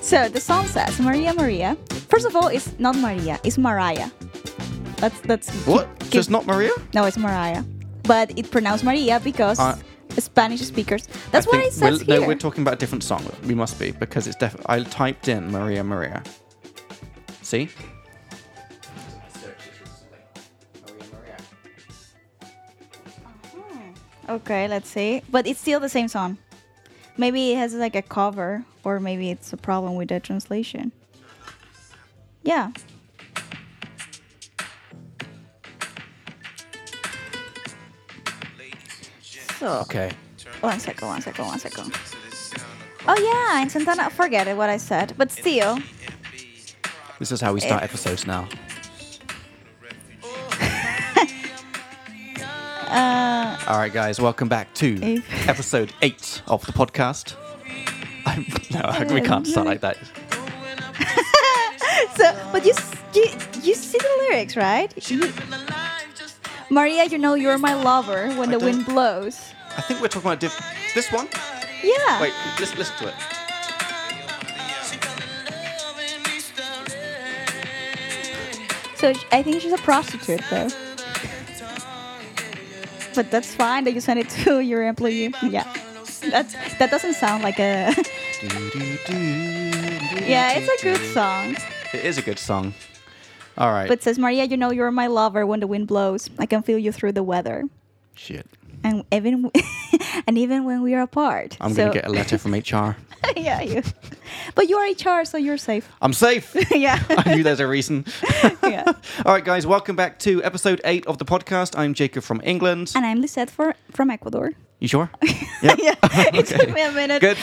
So the song says Maria Maria. First of all, it's not Maria, it's Mariah. That's that's What? keep- So it's not Maria? no, it's Mariah, but it pronounced Maria because Uh, Spanish speakers. That's what think it says we're, here. No, we're talking about a different song. We must be because it's definitely. I typed in Maria Maria. See? okay, let's see. But it's still the same song. Maybe it has like a cover, or maybe it's a problem with the translation. Yeah. So Okay. one second, one second, one second. Oh yeah, and Santana. Forget it, what I said, but still. This is how we start episodes now. Uh, All right, guys, welcome back to If- episode eight of the podcast. I'm, no, we can't start like that. so, but you s- you you see the lyrics, right? Maria, you know you're my lover when I the don't- wind blows. I think we're talking about diff- this one. Yeah. Wait, just listen to it. So sh- I think she's a prostitute, though. But that's fine that you send it to your employee. Yeah. That's, that doesn't sound like a. yeah, it's a good song. It is a good song. All right. But it says, Maria, you know you're my lover when the wind blows. I can feel you through the weather. Shit. And even and even when we are apart. I'm So- gonna get a letter from HR. yeah, you. But you are HR, so you're safe. I'm safe. yeah. I knew there's a reason. yeah. All right, guys, welcome back to episode eight of the podcast. I'm Jacob from England. And I'm Lisette for, from Ecuador. You sure? Yeah. yeah, it Okay. took me a minute. Good,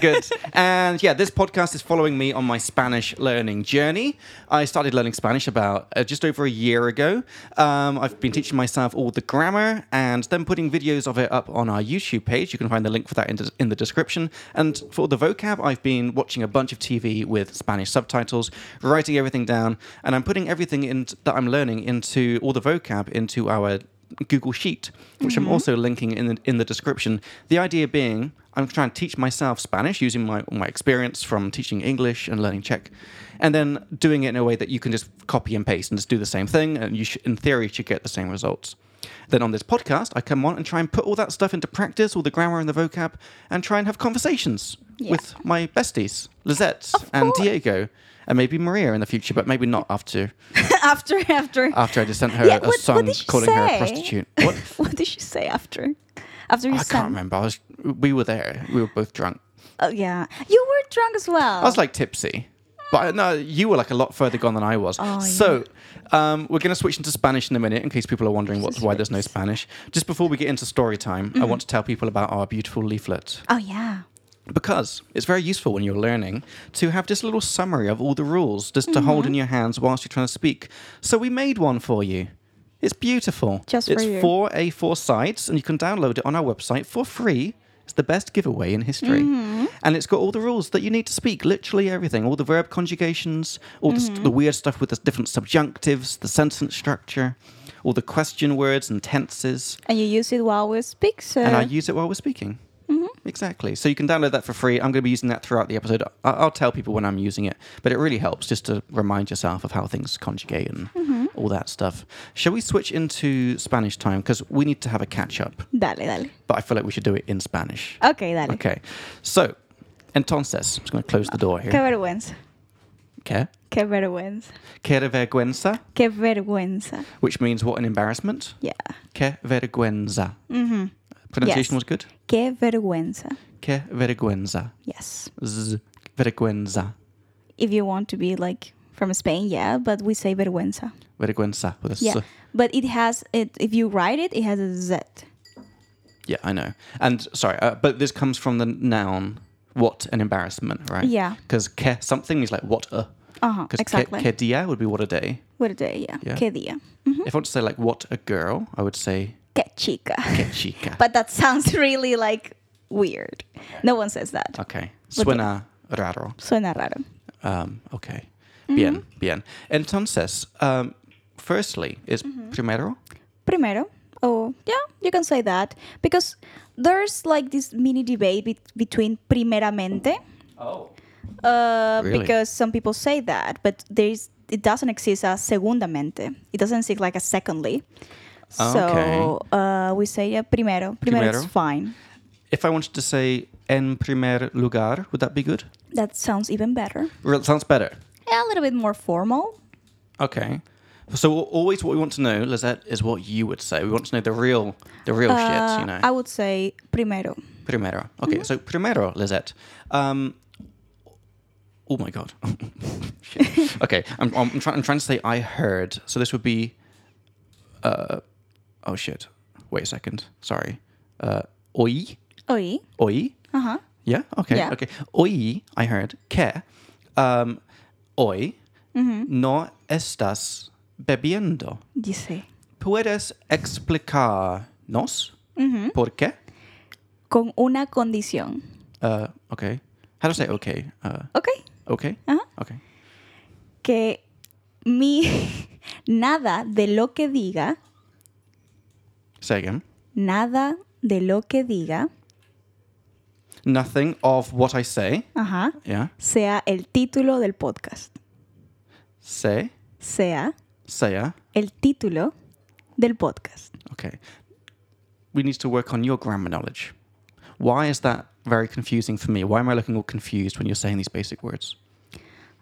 good. And yeah, this podcast is following me on my Spanish learning journey. I started learning Spanish about uh, just over a year ago. Um, I've been teaching myself all the grammar and then putting videos of it up on our YouTube page. You can find the link for that in, the- in the description. And for the vocab, I've been watching a bunch of TV with Spanish subtitles, writing everything down, and I'm putting everything in that I'm learning into all the vocab into our Google Sheet, which Mm-hmm. I'm also linking in the, in the description. The idea being, I'm trying to teach myself Spanish using my my experience from teaching English and learning Czech, and then doing it in a way that you can just copy and paste and just do the same thing, and you should, in theory should get the same results. Then on this podcast, I come on and try and put all that stuff into practice, all the grammar and the vocab, and try and have conversations Yeah. with my besties, Lizette and course. Diego, and maybe Maria in the future, but maybe not after after, after. after I just sent her Yeah, a what- what song did she calling her say? a prostitute. What? Oh, what did she say after? After you I sang? can't remember. I was, we were there. We were both drunk. Oh yeah, you were drunk as well. I was like tipsy. But I- no, you were like a lot further gone than I was. Oh, so, um, we're going to switch into Spanish in a minute in case people are wondering what, why there's no Spanish. Just before we get into story time, I want to tell people about our beautiful leaflet oh yeah, because it's very useful when you're learning to have just a little summary of all the rules just to Mm-hmm. hold in your hands whilst you're trying to speak. So we made one for you. It's beautiful. Just for it's you. four A4 sites, and you can download it on our website for free. It's the best giveaway in history. Mm-hmm. And it's got all the rules that you need to speak, literally everything, all the verb conjugations, all the st- Mm-hmm. the weird stuff with the different subjunctives, the sentence structure, all the question words and tenses and you use it while we speak. So and I use it while we're speaking. Mm-hmm. Exactly. So you can download that for free. I'm going to be using that throughout the episode. I- I'll tell people when I'm using it, but it really helps just to remind yourself of how things conjugate and Mm-hmm. all that stuff. Shall we switch into Spanish time because we need to have a catch up? dale, dale. But I feel like we should do it in Spanish. Okay, dale. Okay. So, entonces, I'm just going to close the door Qué here. vergüenza. Que Qué vergüenza. que vergüenza, Qué vergüenza. which means what an embarrassment. Yeah. Que vergüenza. Mm-hmm. Pronunciation Yes. was good. Qué vergüenza. Que vergüenza. Yes. Z vergüenza. If you want to be like from Spain, yeah, but we say vergüenza. Vergüenza with a s. Yeah. But it has it. If you write it, it has a Z. Yeah, I know. And sorry, uh, but this comes from the noun what an embarrassment, right? Yeah. Because que something is like what a. Uh huh. Because Exactly. que, dia would be what a day. What a day. Yeah. Yeah. Qué día. If I want to say like what a girl, I would say Qué chica. que chica. But that sounds really like weird. No one says that. okay. Suena raro. Suena raro. Um, okay. Mm-hmm. Bien, bien. Entonces, um, firstly is Mm-hmm. primero. Primero. Oh, yeah, you can say that because there's like this mini debate bet- between primeramente Oh. Uh, Really? Because some people say that, but there's it doesn't exist as segundamente. It doesn't exist like a secondly. So uh, we say yeah, primero. Primero, is Primero. fine. If I wanted to say en primer lugar, would that be good? That sounds even better. Well, sounds better. Yeah, a little bit more formal. Okay. So always what we want to know, Lizette, is what you would say. We want to know the real, the real shit. Uh, You know. I Mm-hmm. would say primero. Primero. Okay, so primero, Lizette. Um, oh my god. Shit. okay, I'm, I'm, trying, I'm trying to say I heard. So this would be. Uh, oh shit. Wait a second. Sorry. Uh, oi. Oi. Oi. Uh huh. Yeah. Okay. Yeah. Okay. Oi. I heard. Que. Um, oi. Mm-hmm. No estás bebiendo. Dice. Puedes explicarnos por qué? Con una condición. Uh, okay. How to say okay? Uh, Okay. okay. Ajá. Okay. que mi nada de lo que diga, Say again. nada de lo que diga, Nothing of what I say. ajá, Yeah. sea el título del podcast, Say. sea Saya. el título del podcast. Okay. We need to work on your grammar knowledge. Why is that very confusing for me? Why am I looking all confused when you're saying these basic words?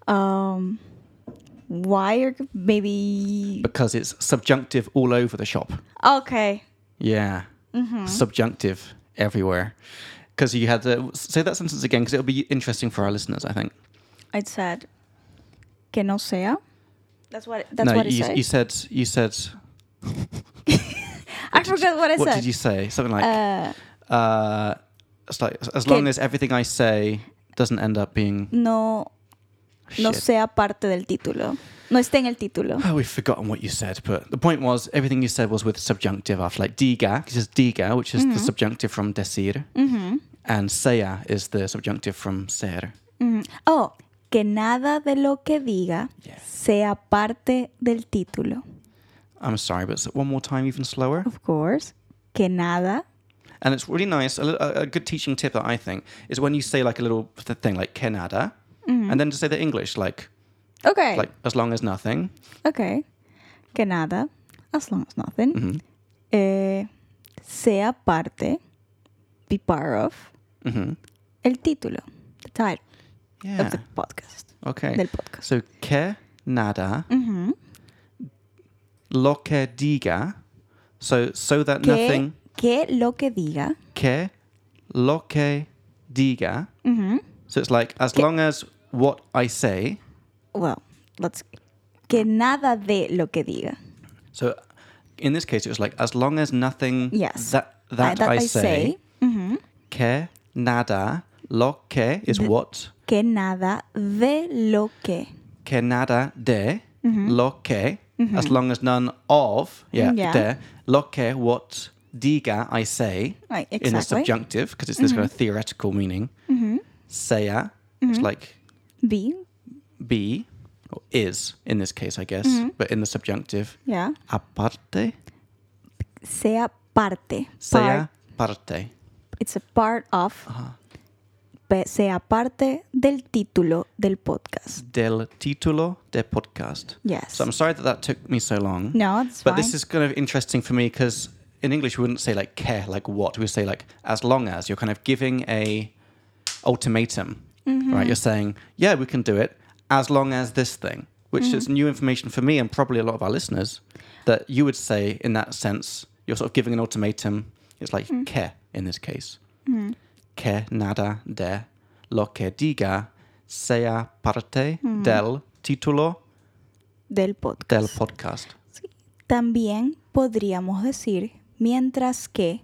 Um, why are maybe Because it's subjunctive all over the shop. okay? Yeah. Subjunctive everywhere. Because you had to say that sentence again, because it'll be interesting for our listeners, I think. I said que no sea. That's what. That's no, what I you, said. you said you said. I forgot what I What said. did you say? Something like. Uh, uh, it's like, as Que- long as everything I say doesn't end up being no, no shit. sea parte del título. No esté en el título. Oh, we've forgotten what you said, but the point was everything you said was with subjunctive after, like diga, because it's diga, which is the Mm-hmm. subjunctive from decir, and sea is the subjunctive from ser. Mm. Oh, que nada de lo que diga Yeah. sea parte del título. I'm sorry, but it's one more time, even slower. Of course. Que nada. And it's really nice. A, li- a a good teaching tip that I think is when you say like a little th- thing like Canada, Mm-hmm. Mm. and then to say the English like Okay. like as long as nothing. okay. Que nada. As long as nothing. Mm. Mm-hmm. eh, sea parte. Be part of. hmm El título. The title of Yeah. the podcast. Okay. Del podcast. So que nada, Ujú. lo que diga, so so that Que, nothing que lo que diga. que lo que diga. Ujú. So it's like as long as what I say. Well, let's. Que nada de lo que diga. So in this case, it was like as long as nothing Yes. that that, I, say, Ujú. que nada lo que is what que nada de lo que. que nada de Mm-hmm. lo que as long as none of yeah, Mm, Yeah. de lo que what diga I say Right, in exactly. the Mm-hmm. subjunctive because it's this kind of theoretical meaning. Sea it's like Vi, be or is in this case, I guess, Mm-hmm. but in the subjunctive. ya. Aparte, Sea parte. sea Part, parte. it's a part of. Pe- Sea parte del título del podcast. Del título de podcast. Yes. So I'm sorry that that took me so long. no, it's But fine. this is kind of interesting for me because in English we wouldn't say like care, like what. We would say like as long as. You're kind of giving a ultimatum, right? You're saying, yeah, we can do it as long as this thing, which is new information for me and probably a lot of our listeners that you would say in that sense. You're sort of giving an ultimatum. It's like que in this case. Que nada de lo que diga sea parte del título del podcast. del podcast. Sí. También podríamos decir mientras que,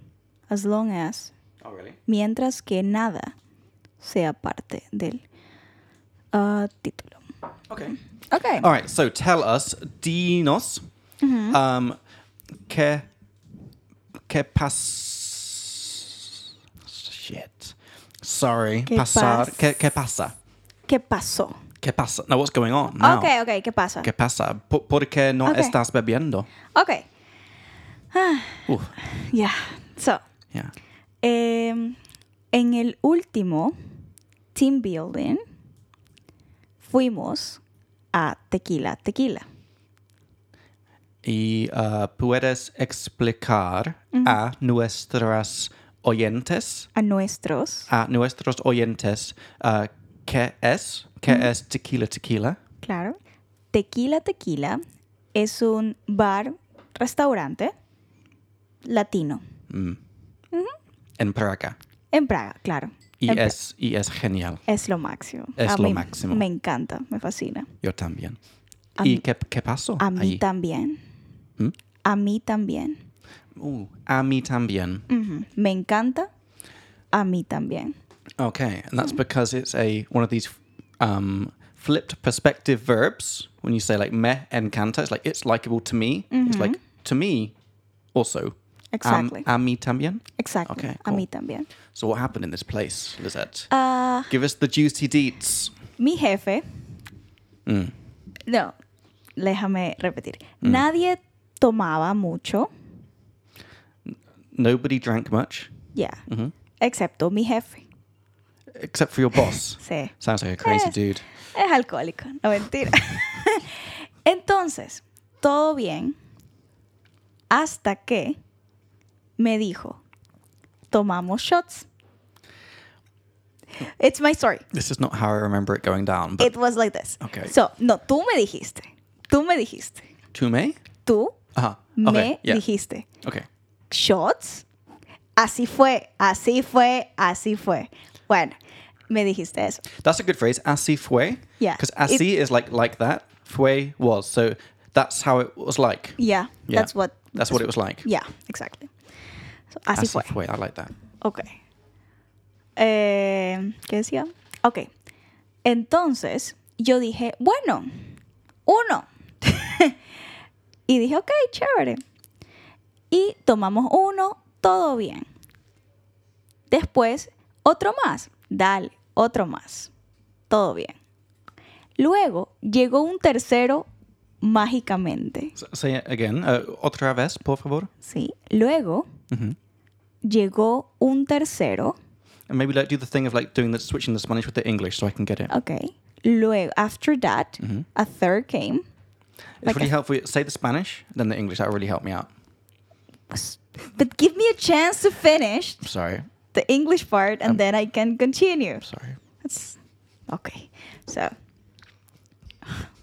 as long as, Oh, really? mientras que nada sea parte del ah, título. Okay. Ok. All right, so tell us, dinos, Mm-hmm. um, que, que pas... Shit. Sorry. Que pasar. pas- Que, que pasa. ¿Qué pasó? Que pasa. Now, what's going on now? Ok, ok, ¿qué pasa? Que pasa. Por, por qué no Okay. estás bebiendo? Ok. Ah, Ooh, yeah. So, yeah. em, en el último team building fuimos a Tequila Tequila. Y uh, puedes explicar Mm-hmm. a nuestras oyentes, A nuestros, a nuestros oyentes, uh, qué es, qué Mm-hmm. es tequila tequila. claro. Tequila Tequila es un bar, restaurante latino. Mm. en Praga. En Praga, claro. Y Mm-hmm. En Pra- es, y es genial. es lo máximo. Es A lo mí máximo. Me encanta, me fascina. Yo también. A ¿Y mí- qué, qué pasó? A mí allí? también. ¿Mm? A mí también. Uh, a mí también. Ujú. Me encanta. A mí también. Okay, and Mm. that's because it's a one of these um, flipped perspective verbs. When you say like me encanta, it's like it's likable to me. It's like to me also. Mm-hmm. Exactly. Um, a mí también. Exacto. Okay, A cool. mí también. So what happened in this place, Lizette? Ah, Give us the juicy deets. Mm. mi jefe. No, déjame repetir. Nadie tomaba mucho. Nobody drank much Ya. Excepto mi jefe. except for your boss. Sí. Sounds like a crazy Eh. dude. Es alcohólico, no mentira. Entonces, todo bien. Hasta que me dijo, tomamos shots. It's my story. This is not how I remember it going down. But It was like this. Okay. So, no, tú me dijiste. Tú me dijiste. to me, Tú uh-huh. me okay, yeah. dijiste. Okay. Shots. Así fue, así fue, así fue. Bueno, me dijiste eso. That's a good phrase. Así fue. Yeah. Because así is like like that. Fue was. So that's how it was like. Yeah, Yeah. that's what. That's what it was like. Yeah, exactly. So, así, Así fue. fue. I like that. Ok. Eh, ¿Qué decía? Ok. Entonces, yo dije, bueno, uno. y dije, ok, chévere. Y tomamos uno, todo bien. Después, otro más. Dale, otro más. Todo bien. Luego, llegó un tercero mágicamente. S- say it again. Uh, otra vez, por favor. Sí. Luego, llegó un tercero. And maybe like do the thing of like doing the switching the Spanish with the English so I can get it. Okay. Luego, after that, a third came. it's like really a- helpful. Say the Spanish, then the English. That really helped me out. Was- But give me a chance to finish Sorry. the English part and then I can continue. Sorry. That's, okay. So,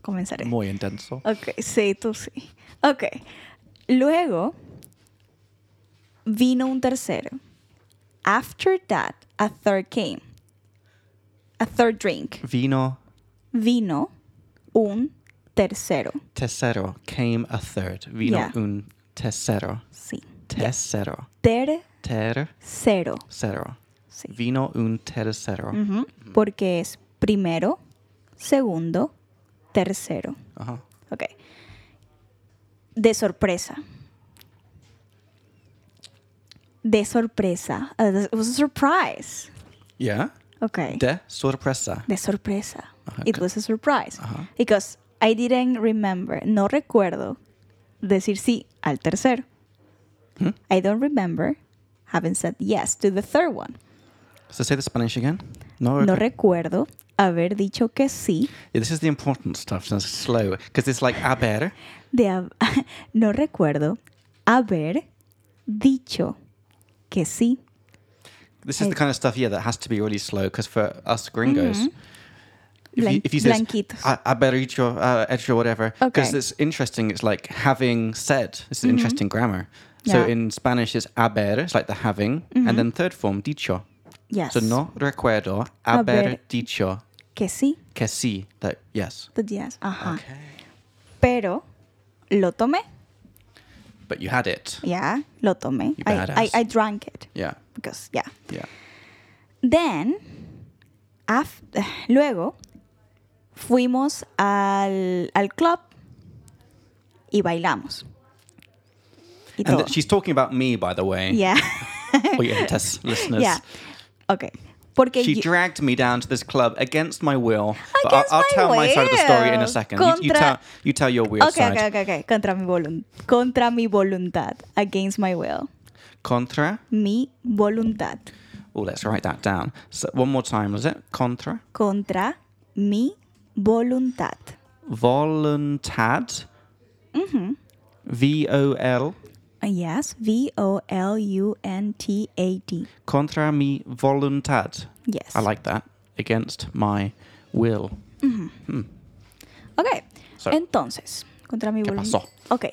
comenzaré. Muy intenso. Ok, sí, tú sí. Ok. Luego vino un tercero. After that, a third came. A third drink. Vino Vino un tercero. tercero. Came a third. Vino Yeah. un tercero. Sí. Tercero. Tercero. Tercero. Sí. Vino un tercero. Ujú, Porque es primero, segundo, tercero. Uh-huh. Ok. De sorpresa. De sorpresa. Uh, this- it was a surprise. Yeah. Ok. De sorpresa. De sorpresa. Ajá, It ok. was a surprise. Ajá. Because I didn't remember, no recuerdo decir sí al tercero. I don't remember having said yes to the third one. So say the Spanish again. No. No okay. recuerdo haber dicho que sí Yeah, this is the important stuff. So it's slow because it's like haber. de hab- no recuerdo haber dicho que sí. This is the Hey. Mm-hmm. kind of stuff, yeah, that has to be really slow because for us gringos, if, you, Blan- if you say blanquitos. "Ah, haber hecho, uh, hecho whatever, because Okay. Mm-hmm. it's interesting, it's like having said. This is interesting grammar. So Yeah. Mm-hmm. in Spanish, it's haber, it's like the having, and then third form, dicho. Yes. So no recuerdo haber, Haber. dicho Que sí. que sí, that yes. the yes. Ajá. Okay. Pero lo tomé. But you had it. Yeah, lo tomé. You I, I, badass. I drank it Yeah, because, yeah. yeah. Then, after, luego, fuimos al, al club y bailamos. Y And todo. th- she's talking about me, by the way, yeah. oyentes, listeners. yeah. Okay. Porque She yo- dragged me down to this club against my will. Against I'll, I'll my tell my side of the story in a will. second. You- You, Contra- tell, you tell your weird Okay, side. okay, okay, okay. Contra mi, volun- contra mi voluntad. Against my will. Contra. Mi voluntad. Oh, let's write that down. So, one more time, was it? Contra. Contra mi Voluntad. Voluntad. Mm-hmm. V O L. Uh, Yes, V O L U N T A D. Contra mi voluntad. Yes. I like that. Against my will. Ok, So- entonces, contra mi ¿Qué voluntad. pasó? Ok,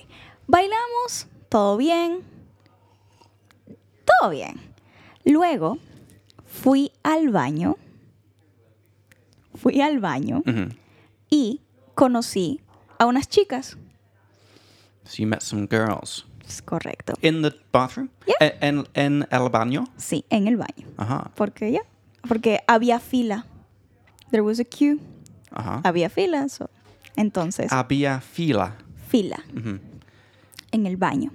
bailamos, todo bien. Todo bien. Luego, fui al baño. Fui al baño Mhm. y conocí a unas chicas. So you met some girls Es correcto. in the bathroom. Yeah. E- En, en el baño. Uh-huh, Sí, en el baño. Ajá. Porque ya, porque había fila. There was a queue. Ajá. Había fila. so- Entonces, uh-huh. Había fila. fila Ujú. en el baño.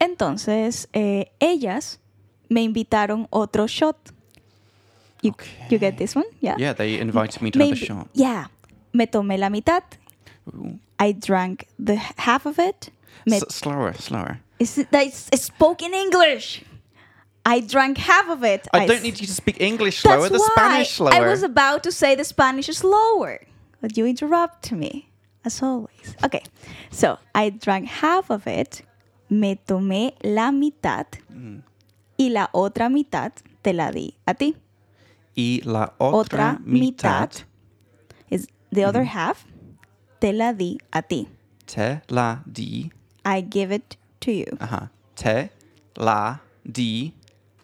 Entonces, eh, ellas me invitaron otro shot. You, you get this one? Yeah. Yeah, they invited me to Me another invi- shot. Yeah. Me tomé la mitad. Ooh. I drank the half of it. Me, S- slower, slower. Is it- I s- I spoke in English. I drank half of it. I I don't s- need you to speak English slower. the Spanish slower. I was about to say the Spanish is lower, but you interrupt me, as always. Okay, so I drank half of it, me tomé la mitad, y la otra mitad te la di a ti. y la otra, Otra mitad, mitad. Is the other Mm-hmm. half, te la di a ti. te la di. I give it to you, Ajá. Te la di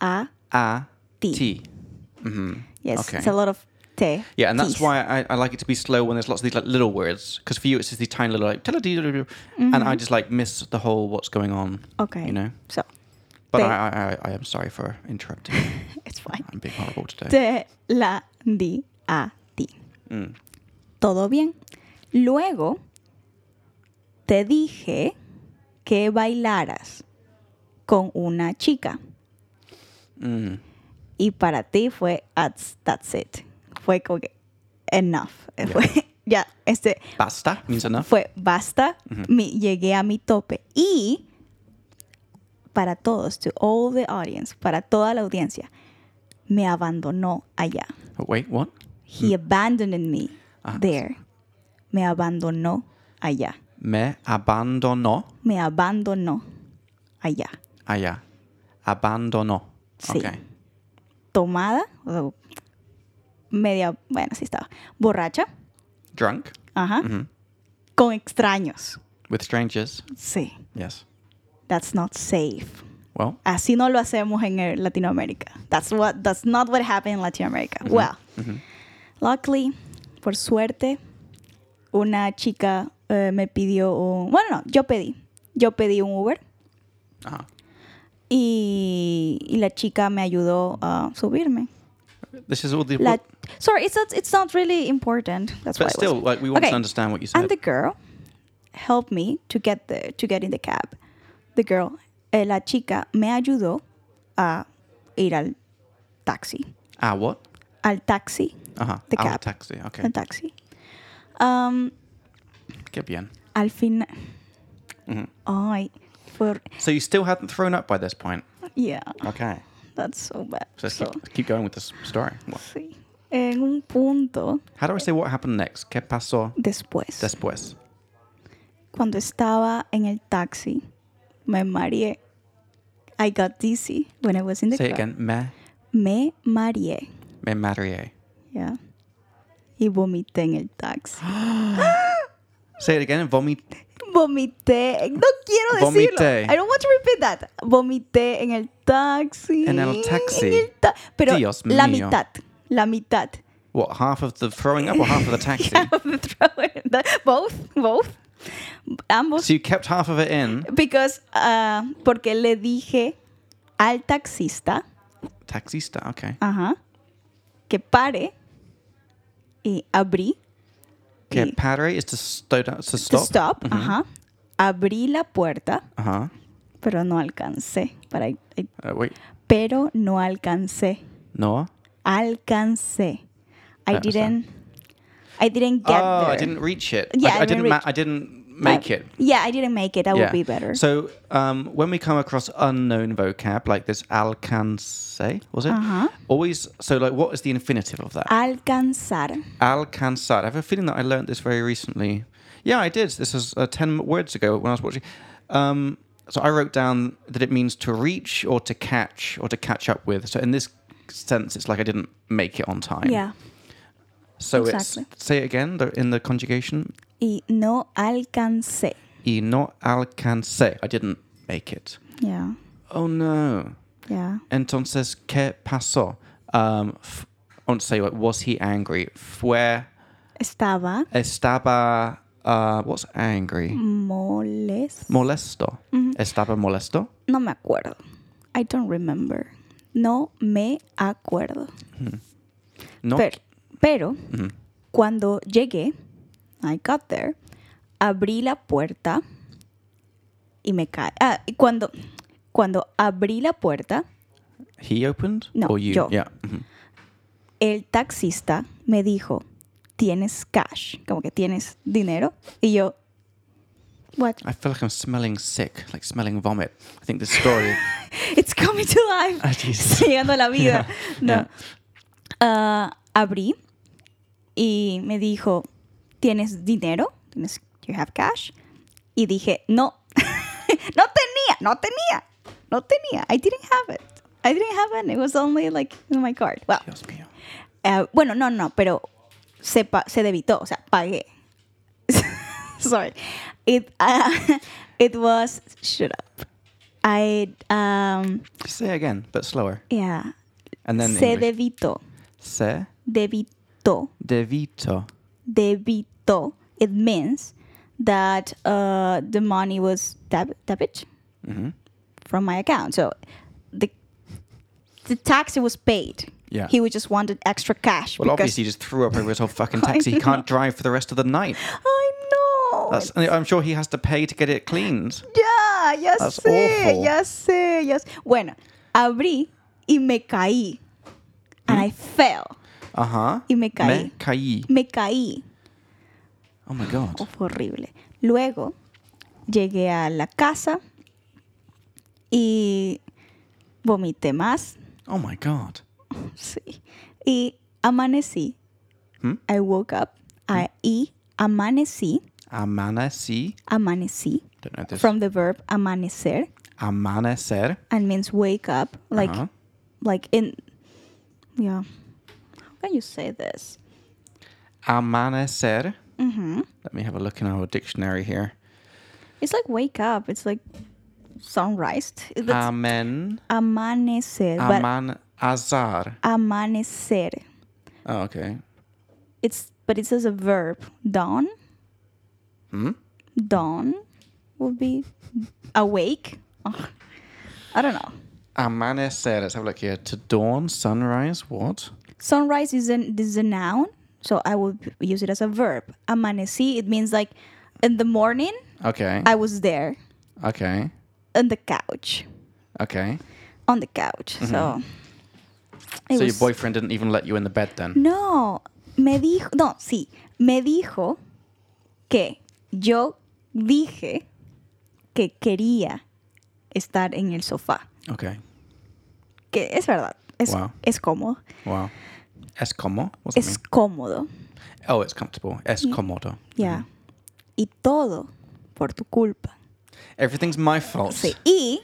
a a Ti. ti. Ah, yes, Okay. it's a lot of te. Yeah, and that's tis. why I, I like it to be slow when there's lots of these like little words. Because for you, it's just these tiny little like te la di, da, da, da, Mm-hmm. and I just like miss the whole what's going on. Okay, You know. so But Te- I, I, I, I am sorry for interrupting. it's fine. I'm being horrible today. te la di a ti. Todo bien. Luego te dije que bailaras con una chica. Y para ti fue that's, that's it. Fue como que enough. Fue- ya, este Basta means enough. fue basta. mi- llegué a mi tope. Y para todos, to all the audience, para toda la audiencia, me abandonó allá. Oh, wait, what? He abandoned me there. Me abandonó allá. Me abandonó. Me abandonó allá. Allá. Abandonó. Sí. Okay. Tomada, o media, bueno, sí estaba. Borracha, Drunk ajá. Con extraños. with strangers. Sí. Yes. That's not safe. Well, Así no lo hacemos en eh, Latinoamérica. That's what that's not what happened in Latin America. Well, luckily, por suerte, una chica eh, me pidió un, bueno, no, yo pedí. Yo pedí un Uber. uh y, y la chica me ayudó a subirme. This is all the. La- sorry, it's not, it's not really important. That's why but I still, was- like, we want Okay. to understand what you said. And the girl helped me to get the to get in the cab. The girl, eh, la chica me ayudó a ir al taxi, ah, what? al taxi, Uh huh. The cab. taxi. Okay. al taxi. Um, Qué bien. al final, Mm-hmm. ay, fue, So you still hadn't thrown up by this point. yeah, Okay. that's so bad. So let's So, keep, keep going with this story. What- sí, en un punto How do I say what happened next? ¿Qué pasó después. después? cuando estaba en el taxi, me mareé. I got dizzy when I was in the Say it car. again. Me, Me mareé. me marié. Yeah. Y vomité en el taxi. Say it again. Vomit. Vomité. en- No quiero decirlo. Vomité. I don't want to repeat that. Vomité en el taxi. En el taxi. En el ta- Pero Dios la mío. mitad. La mitad. What? Half of the throwing up or half of the taxi? both, both. Ambos. So you kept half of it in. Because, ah, porque le dije al taxista Taxista. Okay. Ajá. Que pare y abrí. Que y- padre is to, sto- to to stop. stop. Ajá. Abrí la puerta, Uh huh. pero no alcancé. Para, eh, Uh, wait. pero no alcancé. Noah. Alcancé. I understand. didn't. I didn't get oh, there. I didn't reach it. Yeah, I, I I didn't didn't. Ma- reach- I didn't make but- it. Yeah, I didn't make it. That would be better. So um, when we come across unknown vocab like this, alcance was it? Uh-huh. Always. So like, what is the infinitive of that? Alcanzar. Alcanzar. I have a feeling that I learned this very recently. Yeah, I did. This was uh, 10 words ago when I was watching. Um, so I wrote down that it means to reach or to catch or to catch up with. So in this sense, it's like I didn't make it on time. Yeah. So exactly. it's, say it again the, in the conjugation. Y no alcancé. Y no alcancé. I didn't make it. Yeah. Oh no. Yeah. Entonces, ¿qué pasó? Um, f- I want to say, like, was he angry? Fue, Estaba estaba, uh, what's angry? moles. Molesto. Mm-hmm. Estaba molesto. No me acuerdo. I don't remember. No me acuerdo. No. Pero, pero cuando llegué, I got there, abrí la puerta y me cae. Ah, y cuando, cuando abrí la puerta, He opened? No, Or you? yo. Yeah. Mhm. el taxista me dijo, ¿tienes cash? Como que tienes dinero. Y yo, what? I feel like I'm smelling sick, like smelling vomit. I think this story. It's coming to life. Ah, Jesus. Está llegando a la vida. Yeah, No. yeah. Ah, abrí y me dijo, ¿tienes dinero? ¿Tienes, do you have cash? Y dije, no. no tenía, no tenía. No tenía. I didn't have it. I didn't have it. It was only like in my card. Well, Dios mío. eh, bueno, no, no, pero se, pa- se debitó, o sea, pagué. Sorry. It, ah, it was, shut up. I, um, Just say it again, but slower. yeah. And then. se English. debitó, Se debitó, devito. debitó. It means that uh, the money was deb- debit Mhm. from my account. So the the tax was paid. Yeah. He would just wanted extra cash. Well, because- obviously, he just threw up over his whole fucking I taxi. He can't know. Oh, drive for the rest of the night. I know. That's, I'm sure he has to pay to get it cleaned. Ya, ya That's sé, awful. ya sé, ya sé. Bueno, abrí y me caí. And I fell. Uh huh. Y me caí. Mm-hmm. Me caí. Me caí. Oh my god. Oh, fue horrible. Luego llegué a la casa y vomité más. Oh my god. Sí. Y amanecí. Hmm? I woke up. I, y amanecí. Amaneci. Amanecí. Don't know this. From the verb amanecer. Amanecer. and means wake up like Uh-huh. like in yeah how can you say this Amanecer. Mm-hmm. Let me have a look in our dictionary here. it's like wake up it's like sunrise It- that's Amen. amanecer but Aman. Azar. amanecer Oh, okay. it's but it says a verb dawn Hmm? dawn would be awake Ugh. i don't know Amanecer. Let's have a look here. To dawn, sunrise, what? sunrise is an is a noun so i would use it as a verb amaneci it means like in the morning Okay. i was there okay. on the couch Okay. on the couch. So, it Mm-hmm. So your was- boyfriend didn't even let you in the bed then? No, me dijo, no, sí, me dijo que yo dije que quería estar en el sofá. Okay. Que es verdad, es, Wow. es cómodo. Wow. Es como? What's that Es cómodo, mean? Oh, it's comfortable. Mm-hmm. Es cómodo. ya. Y todo por tu culpa. Everything's my fault. Sí, y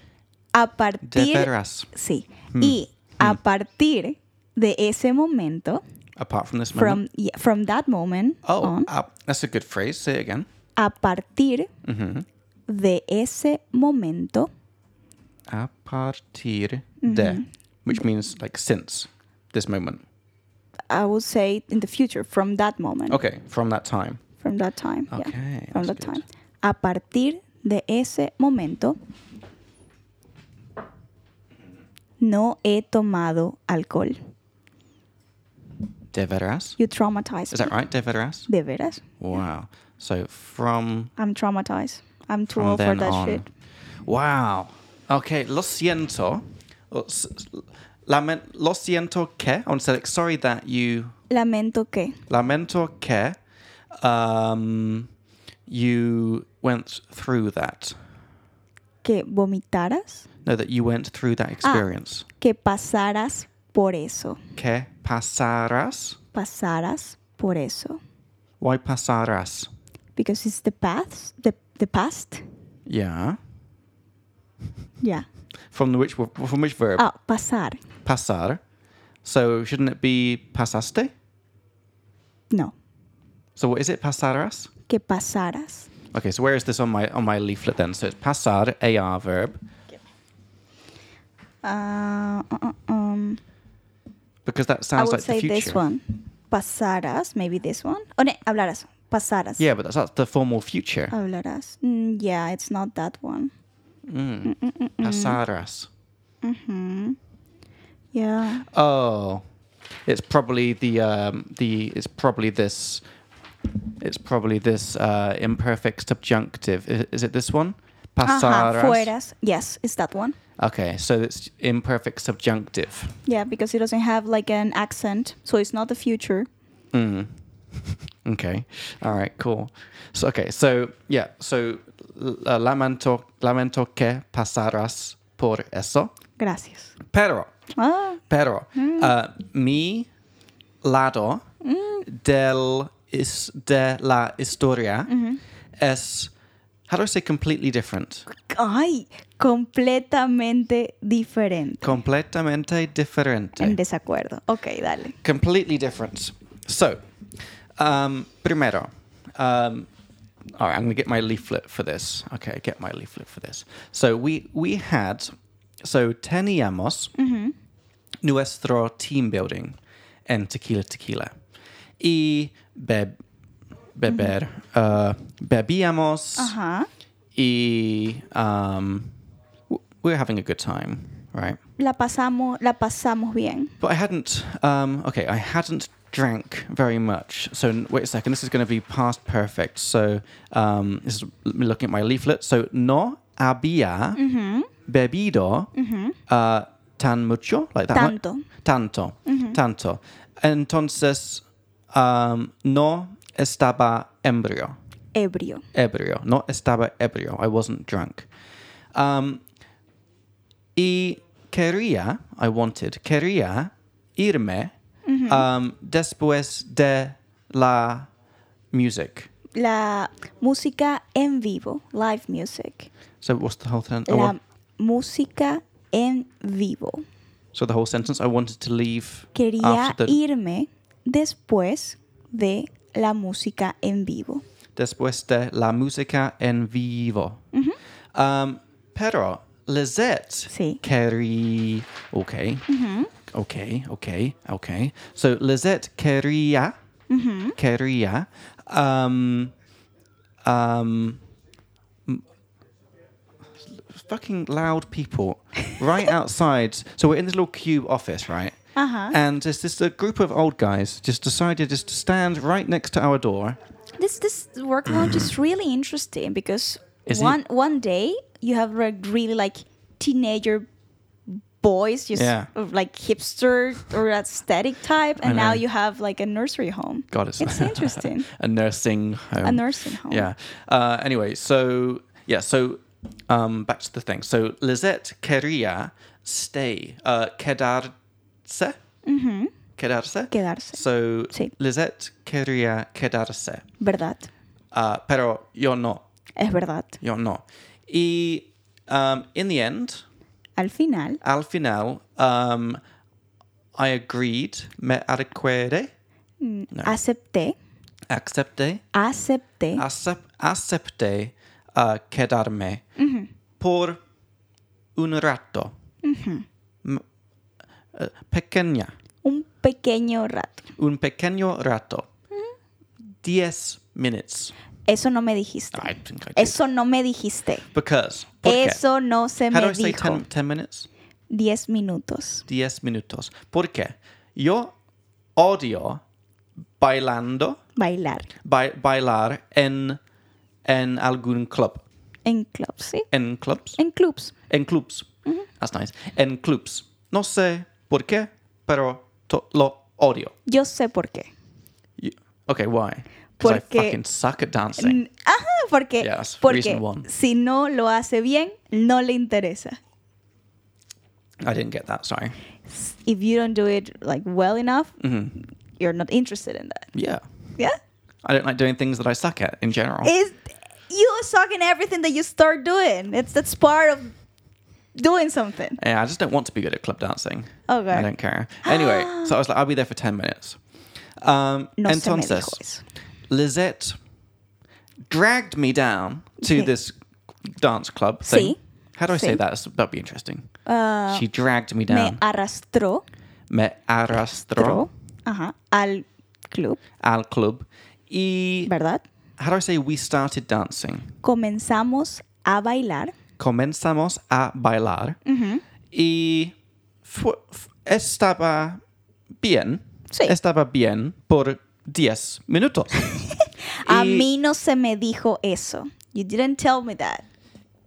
a De partir. veras. Sí, Mm. y a partir de ese momento, Apart from this moment. from, yeah, from that moment oh, on, ah, that's a good phrase. Say it again. a partir de ese momento, A partir Mm-hmm. de, which means like since this moment. I would say in the future, from that moment, Okay, from that time. from that time, yeah, Okay, from that's that good. time. A partir de ese momento, no he tomado alcohol. De veras. You traumatized. Is that me. right? De veras. De veras. Wow. So from I'm traumatized. I'm too from old for then that on. shit. Wow. Okay. Lo siento. Lo s- Lament, lo siento que. I want to say like sorry that you Lamento que. Lamento que um, you went through that. que vomitaras, No, that you went through Ah. that experience. que pasaras por eso, Que pasarás? pasaras por eso, Why pasarás? because it's the past, the, the past, Yeah. yeah. From the which from which verb? Ah, pasar, Pasar. So shouldn't it be pasaste? no, So what is it? Pasarás? que pasaras, Okay, so where is this on my on my leaflet then? So it's pasar, AR verb. Ah, uh, uh, um, Because that I sounds would like the say future. this one, pasaras, maybe this one, oh, no, hablaras, pasaras, Yeah, but that's, that's the formal future. Oh. hablaras, Mm, yeah, it's not that one, Mm. Mm, Pasaras. yeah, Oh, it's probably the um, the it's probably this it's probably this uh, imperfect subjunctive. Is, is it this one? Ajá, Pasaras. fueras, yes, it's that one. Okay, so it's imperfect subjunctive. Yeah, because it doesn't have like an accent, so it's not the future. Mm. okay. All right. Cool. So okay. So yeah. So l- uh, lamento lamento que pasaras por eso. Gracias. Pero Ah, pero uh, mi lado del is de la historia es how do I say completely different? ay, completamente diferente. Completamente diferente. En desacuerdo. Ok, dale. completely different. So, um, primero, um, all right, I'm gonna get my leaflet for this. Okay, get my leaflet for this. So we we had, so teníamos nuestro team building en tequila tequila, y beb beber uh, bebíamos Ajá. y um, w- we're having a good time, right? La pasamos, la pasamos bien. But I hadn't. Um, okay, I hadn't drank very much. So n- wait a second. This is going to be past perfect. So um, this is me looking at my leaflet. So no había bebido uh, tan mucho, like that. mu- Tanto. tanto, tanto. Entonces um, no estaba ebrio. Ebrio. Ebrio. No estaba ebrio. I wasn't drunk. Um, y quería, I wanted, quería irme Mm-hmm. um, después de la music. La música en vivo, live music. So what's the whole sentence? La música en vivo. so the whole sentence. I wanted to leave Quería after the irme después de la música en vivo. después de la música en vivo. Um, pero Lizette Sí. quería. Okay. Okay. Okay. Okay. So Lizette quería. Quería. Um, um, m- fucking loud people right outside. So we're in this little cube office, right? Ajá. And it's just a group of old guys just decided just to stand right next to our door. this this work lunch is really interesting because Is it? one one day you have like really like teenager boys just Yeah. or, like hipster or aesthetic type and now know. you have like a nursery home God, it's, it's interesting a nursing home. a nursing home Yeah. Uh, anyway, so yeah, so um, back to the thing. So Lizette quería stay, uh, quedarse, mm-hmm. quedarse. Quedarse. So Sí. Lizette quería quedarse, verdad uh, pero yo no, es verdad yo no. Y um, in the end, al final al final, um, I agreed, me adequere, acepté accepte. acepté acep- acepté uh, quedarme Mm-hmm. por un rato. Mm-hmm. M- eh, pequeña, un pequeño rato un pequeño rato. Mm-hmm. Diez minutes. eso no me dijiste I think I did. eso no me dijiste Because. ¿por qué? eso no se How do me I say ten, dijo ten minutes? 10 minutos Diez minutos. Porque yo odio bailando, bailar ba- bailar en, en algún club. en clubs sí En clubs. en clubs En clubs. That's nice. En clubs. No sé por qué, pero to- lo odio. Yo sé por qué. You- okay, why? Because I Porque- fucking suck at dancing. N- Ajá, porque, Yeah, that's porque reason one. si no lo hace bien, no le interesa. I didn't get that. Sorry. If you don't do it like well enough, hmm you're not interested in that. Yeah. Yeah? I don't like doing things that I suck at in general. Is you suck in everything that you start doing. It's that's part of doing something. yeah, I just don't want to be good at club dancing. Okay. I don't care. Anyway, so I was like, I'll be there for 10 minutes. Um, No se me entonces, dijo eso. Lizette dragged me down to Sí. this dance club thing. Sí. How do I say Sí. that? That'd be interesting. Uh, she dragged me me down. arrastró Me, arrastró tro- ajá, al club, al club. Y ¿verdad? how do I say we started dancing? Comenzamos a bailar. Comenzamos a bailar. Y fu- f- estaba bien. Sí. Estaba bien por 10 minutos. A Y- mí no se me dijo eso. You didn't tell me that.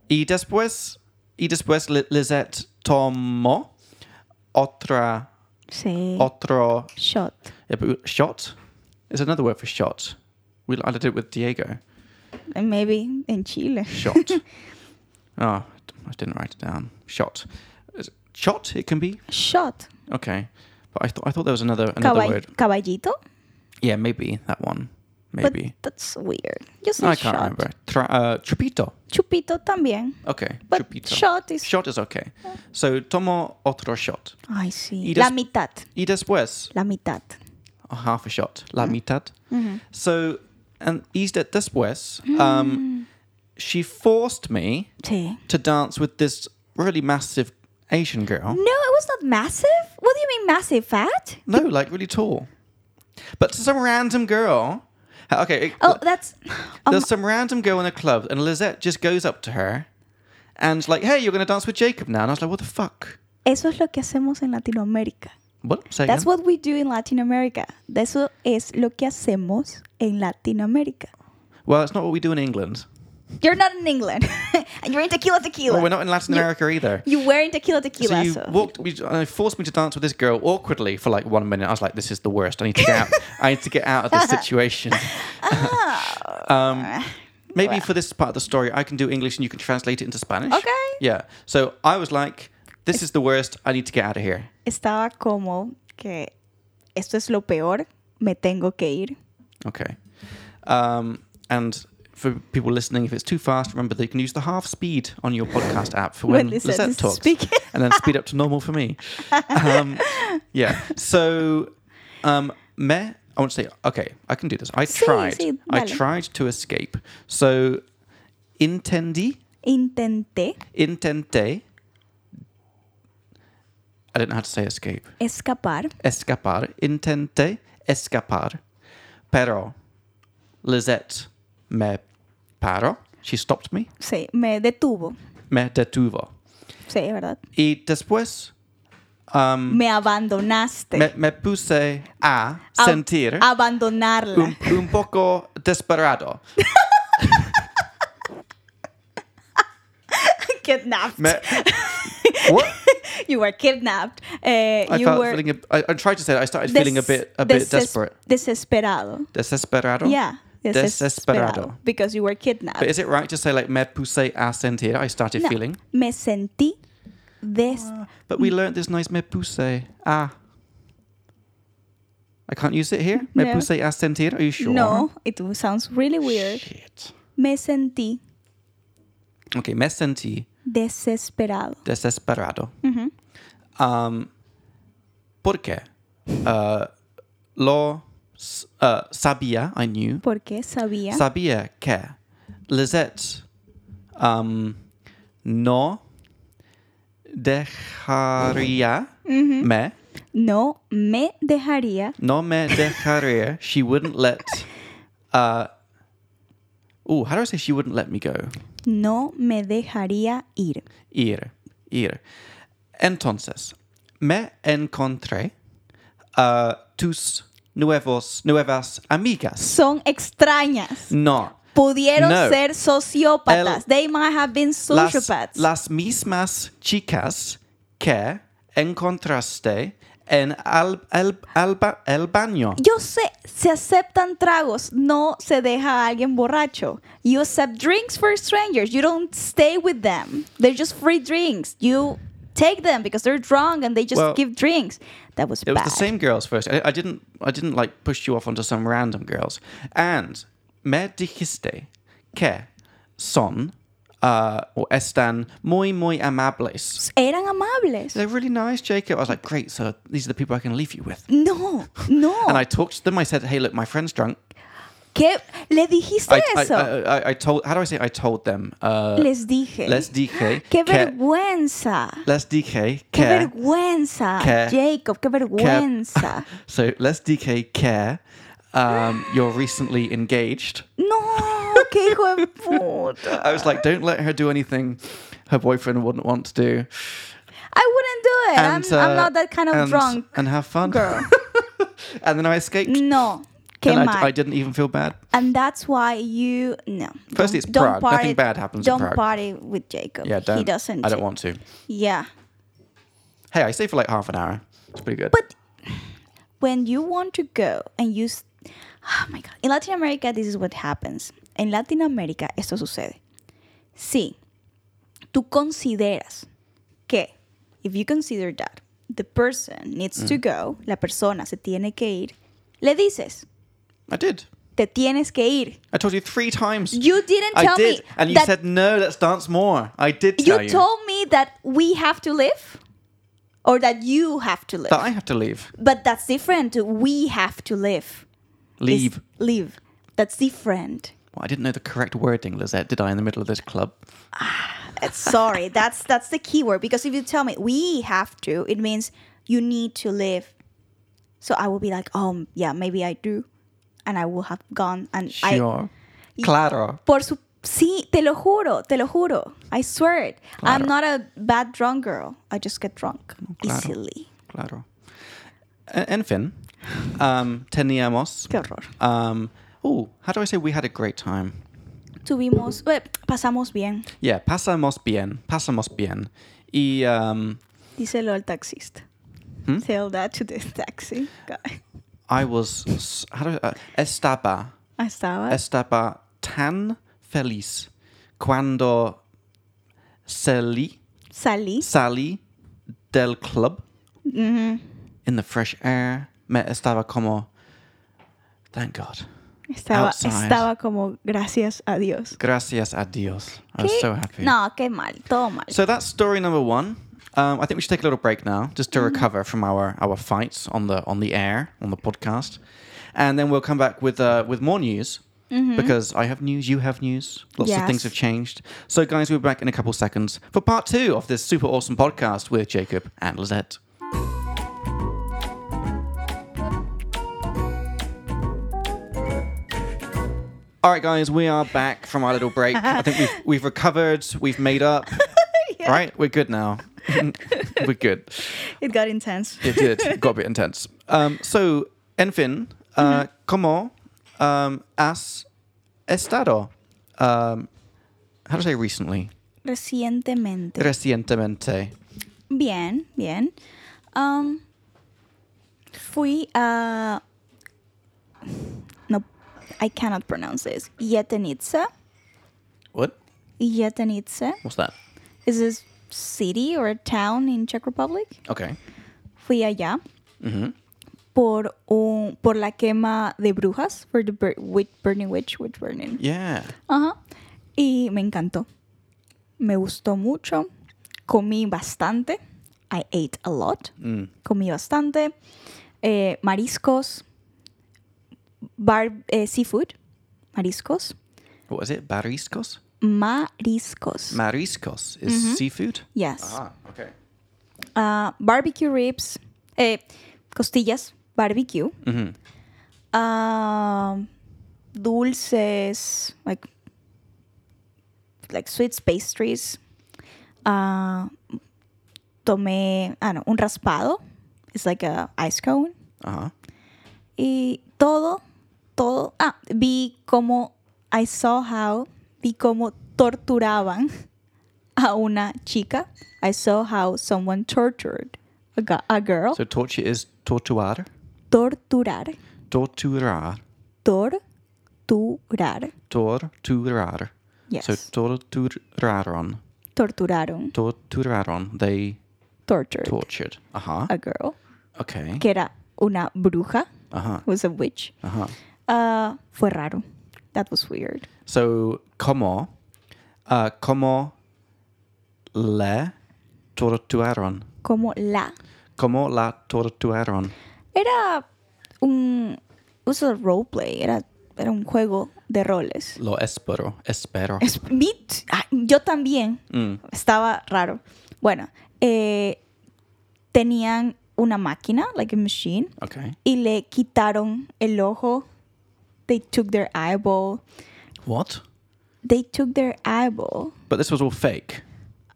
Y después, y después Li- Lisette tomó otra, Sí. Oh. otro Shot. yeah, but shot. Is another word for shot. We I did it with Diego. And Maybe en Chile. Shot. oh, I didn't write it down. Shot. Is it Shot. It can be Shot. okay. But I thought I thought there was another another Caball- word. Caballito. Yeah, maybe that one. Maybe But that's weird. Yo No, soy I shot. can't remember. Tra- uh, chupito. Chupito también. Okay. But chupito. shot is. Shot is okay. So tomo otro shot. Ay, sí. Y La des- mitad. Y después La mitad. or half a shot, la Mm. mitad. So, and Isda después, Mm. um, she forced me Sí. to dance with this really massive Asian girl. No, it was not massive. What do you mean massive? Fat? No, like really tall. But some random girl. Okay, it- Oh, that's. Oh, there's some random girl in a club, and Lizette just goes up to her and, like, hey, you're going to dance with Jacob now. And I was like, what the fuck? eso es lo que hacemos en Latinoamérica. What? Say That's again? what we do in Latin America. De Eso es lo que hacemos en Latinoamérica. Well, it's not what we do in England. You're not in England. You're in tequila tequila. Well, we're not in Latin America either. You were in tequila tequila. so you so- walked we, uh, forced me to dance with this girl awkwardly for like one minute i was like this is the worst i need to get out i need to get out of this situation Oh. um, maybe for this part of the story i can do english and you can translate it into spanish Okay. yeah so i was like this is the worst i need to get out of here Estaba como que esto es lo peor, me tengo que ir. okay um, and for people listening if it's too fast remember that you can use the half speed on your podcast app for when, When Lizette Lizette is talks speaking. and then speed up to normal for me. Um, yeah. So, um, me, I want to say, okay, I can do this. I Sí, tried. sí, I dale. tried to escape. So, intendi, Intenté intente. I don't know how to say escape. escapar, Escapar. Intente escapar. Pero, Lizette me paró. She stopped me. sí, me detuvo, Me detuvo. sí, ¿verdad? Y después, um, Me abandonaste. me, ¿eh? me puse Ab- a sentir Abandonarla. un, un poco desesperado. kidnapped. Me, what? you were kidnapped. Eh, I you felt were feeling. A, I, I tried to say that. I started feeling a des- bit, a bit deses- desperate, Desesperado. desesperado. Yeah. Desesperado. Because you were kidnapped. But is it right to say like me puse a sentir? I started No, feeling. Me sentí des. Ah, But we learned this nice me puse a. I can't use it here. Me No. puse a sentir. Are you sure? No, it sounds really weird. Shit. Me sentí Okay, me sentí desesperado. desesperado. Mm-hmm. Um, porque uh, lo s- uh, sabía, I knew, Porque sabía sabía que Lisette um, no dejaría Mm. me, no me dejaría. no me dejaría, she wouldn't let, uh, oh, how do I say she wouldn't let me go? No me dejaría ir. ir, ir. Entonces, me encontré a tus nuevos, nuevas amigas. Son extrañas. No. Pudieron No. ser sociópatas. El- They might have been Las, sociopaths. las mismas chicas que encontraste en al, al, alba- el baño. Yo sé, se aceptan tragos, no se deja a alguien borracho. You accept drinks for strangers. You don't stay with them. They're just free drinks. You take them because they're drunk and they just Well, give drinks. That was It was bad. the same girls first. I, I didn't. I didn't like push you off onto some random girls. And me dijiste que son uh, or están muy muy amables. Eran amables. They're really nice, Jacob. I was like, great. So these are the people I can leave you with. No, no. And I talked to them. I said, hey, look, my friend's drunk. ¿Qué? ¿Le dijiste I, uh, I, eso? I, I, I told. How do I say? I told them. Uh, les dije. les dije ¡Qué que- vergüenza! les dije ¡Qué que. vergüenza! que- Jacob, qué vergüenza. so les dije que um, you're recently engaged. No, qué hijo de puta. I was like, don't let her do anything her boyfriend wouldn't want to do. I wouldn't do it. I'm, uh, I'm not that kind of and- drunk And have fun. girl. And then I escaped. No, qué and I, mal. I didn't even feel bad. and that's why you no. Firstly, Don't- it's don't Prague. Nothing party- bad happens in Don't Prague. party with Jacob. Yeah, don't. He doesn't. I don't want to. Yeah, Hey, I stayed for like half an hour. It's pretty good. but when you want to go and you, s- oh my god, in Latin America this is what happens. En Latin America esto sucede. Si tú consideras que, if you consider that the person needs Mm. to go, la persona se tiene que ir, le dices, I did. te tienes que ir. I told you three times. You didn't I tell did. me and you that said, no, let's dance more. I did you, tell you, told me that we have to live or that you have to live. that I have to leave. but that's different. We have to live. It's Leave. Leave. That's different. Well, I didn't know the correct wording, Lizette, did I, in the middle of this club? Uh, Sorry, that's that's the key word because if you tell me we have to, it means you need to live. So I will be like, oh yeah, maybe I do, and I will have gone and I Sure. Claro. por su sí, te lo juro, te lo juro, I swear it. I'm Claro. not a bad drunk girl. I just get drunk claro. easily. Claro. E- En fin, um, teníamos. Qué horror. Um, oh, how do I say we had a great time? tuvimos, eh, pasamos bien, Yeah, pasamos bien. Pasamos bien. Y, um, díselo al taxista. Hmm? Tell that to the taxi guy. I was. s- How do I, uh, estaba. Ah, Estaba. Estaba tan feliz cuando salí, salí. salí del club in the fresh air. Me estaba como. Thank God. Estaba, outside. estaba como gracias a Dios. Gracias a Dios. I was ¿Qué? so happy. No, qué mal, todo mal. So that's story number one. Um, I think we should take a little break now, just to recover from our, our fights on the on the air on the podcast, and then we'll come back with uh, with more news because I have news, you have news, lots of Yes. things have changed. So guys, we'll be back in a couple seconds for part two of this super awesome podcast with Jacob and Lizette. All right, guys, we are back from our little break. I think we've we've recovered, we've made up. Yeah, All right, we're good now. we're good. It got intense. It did. Got a bit intense. Um, so, Enfin, uh, como um, has estado? Um, how do I say recently? Recientemente. Recientemente. bien, bien. Um, fui a. No, I cannot pronounce this. Yetenitza. What? Yetenitza. What's that? is this city or a town in Czech Republic. Okay. Mm-hmm. Fui allá por un, por la quema de brujas, for the bur- witch, burning witch, witch burning. Yeah. Ajá. Y me encantó. Me gustó mucho. Comí bastante. I ate a lot. Mm. Comí bastante. Eh, mariscos. Bar, eh, seafood. Mariscos. What was it? Mariscos? Mariscos. Mariscos is seafood? yes. okay. ah, barbecue ribs, eh, costillas, barbecue, Mm-hmm. ah, dulces, like, like sweets, pastries. Ah, tomé, ah, no, un raspado, it's like a ice cone. Uh huh. Y todo, todo, ah, vi como, I saw how, vi como torturaban a una chica. I saw how someone tortured a, gu- a girl. So torture is torturar. torturar. Torturar. Torturar. Torturar. Yes. So torturaron. Torturaron. Torturaron. They Tortured tortured. Uh-huh. a girl Okay. que era una bruja. Ajá. Was a witch. Uh-huh. Ah, fue raro. That was weird. So como uh, como le torturaron. Como la. Como la torturaron. Era un. It was a role play. Era, era un juego de roles. Lo espero. Espero. Es- mi- ah, yo también. Mm, Estaba raro. Bueno, eh, tenían una máquina, like a machine, Okay. y le quitaron el ojo. They took their eyeball. What? They took their eyeball. But this was all fake.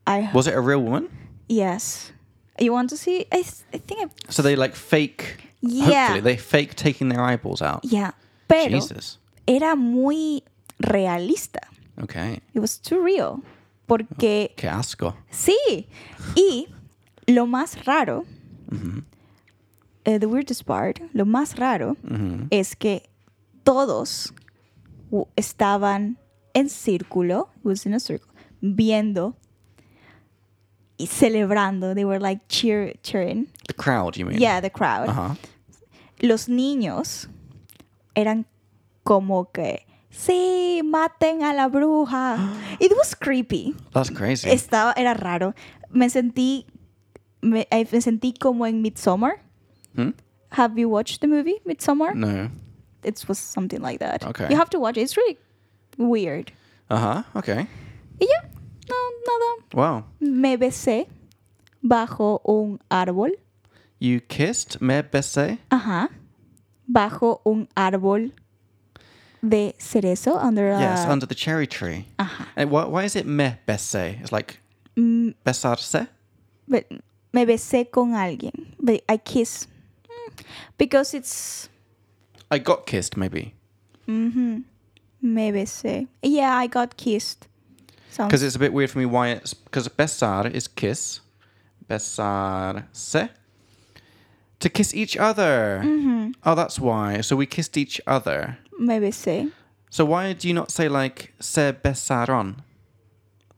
I Was it a real woman? yes. You want to see? I, s- I think. I, So they like fake. Yeah. Hopefully, they fake taking their eyeballs out. yeah. Pero Jesus. era muy realista. Okay. It was too real. Porque Que asco. Sí. Y lo más raro, eh, the weirdest part, lo más raro Mm-hmm. es que todos u- estaban en círculo, it was in a circle, viendo y celebrando. They were like cheer, cheering. The crowd, you mean? Yeah, the crowd. Uh huh. Los niños eran como que, sí, maten a la bruja. It was creepy. That's crazy. Estaba, era raro. Me sentí, me, eh, me sentí como en Midsommar. Hmm? Have you watched the movie Midsommar? No. It was something like that. Mm. Okay. You have to watch it. It's really weird. Uh huh. Okay. Y ya, no, nada. Wow. Me besé bajo un árbol. You kissed me besé. Ajá. Bajo un árbol de cerezo. Under a- yes, under the cherry tree. Ajá. And why, why is it me besé? It's like Mm, besarse. But me besé con alguien. But I kiss. Mm, Because it's... I got kissed, maybe. Me besé. Yeah, I got kissed. Sounds- Because it's a bit weird for me why it's. Because besar is kiss. Besarse. To kiss each other. Mm. Oh, that's why. So we kissed each other. me besé. So why do you not say like se besaron?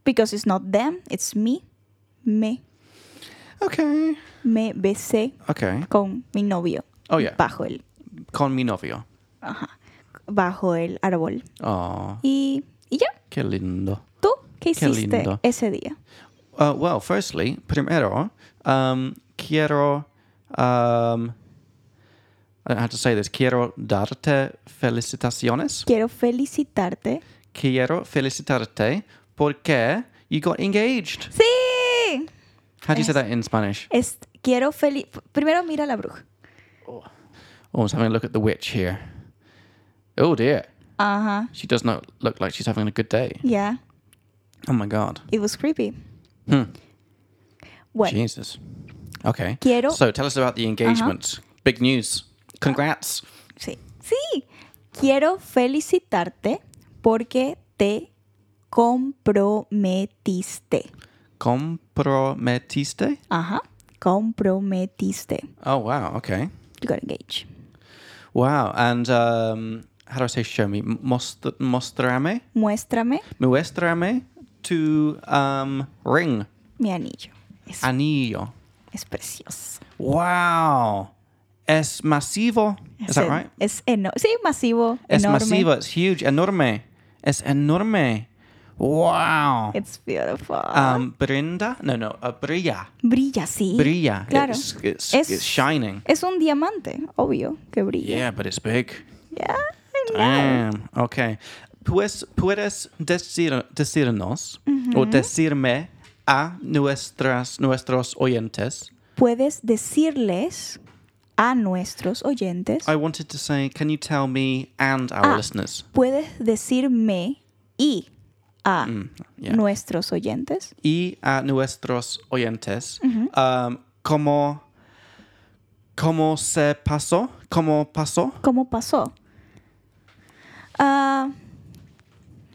Because it's not them, it's me. Me. Okay. Me besé Okay. con mi novio. Oh yeah. Bajo el, Con mi novio. ajá, bajo el árbol. Oh, Y, y ya, qué lindo. ¿tú qué Qué hiciste lindo. ese día? Uh, well, firstly, primero, um, quiero. Um, I don't know how to say this. Quiero darte felicitaciones. Quiero felicitarte. Quiero felicitarte porque you got engaged. ¡Sí! How do you say that in Spanish? Es, quiero feliz. Primero mira a la bruja. Oh, I was having a look at the witch here. Oh dear. Ajá, She does not look like she's having a good day. ya. Yeah, Oh my god. it was creepy. Hmm. Bueno, Jesus. Okay. Quiero- So tell us about the engagement. Big news. Congrats. Sí. Sí. Quiero felicitarte porque te comprometiste. Comprometiste? Ajá. Comprometiste. Oh, wow. Okay. You got engaged. Wow. And um, how do I say show me? Most- Mostrame? Muéstrame Muestrame to um, ring. mi anillo. Es, Ah. Anillo. es precioso. Wow. Es masivo. Is that en- right? Es eno- sí, masivo. Es enorme. masivo. It's huge. Enorme. Es enorme. Wow. It's beautiful. Um, brinda? No, no. Uh, brilla. brilla, sí. brilla. Claro. It's, it's, Es- it's shining. Es un diamante, obvio, que brilla. Yeah, but it's big. Yeah, I know. Damn. Okay. Pues, puedes decir, decirnos o decirme a nuestras, nuestros oyentes. Puedes decirles a nuestros oyentes I wanted to say, can you tell me and our Ah. listeners? puedes decirme y a Mm, yeah. nuestros oyentes Y a nuestros oyentes. um, ¿Cómo cómo se pasó? ¿Cómo pasó? cómo pasó. Ah,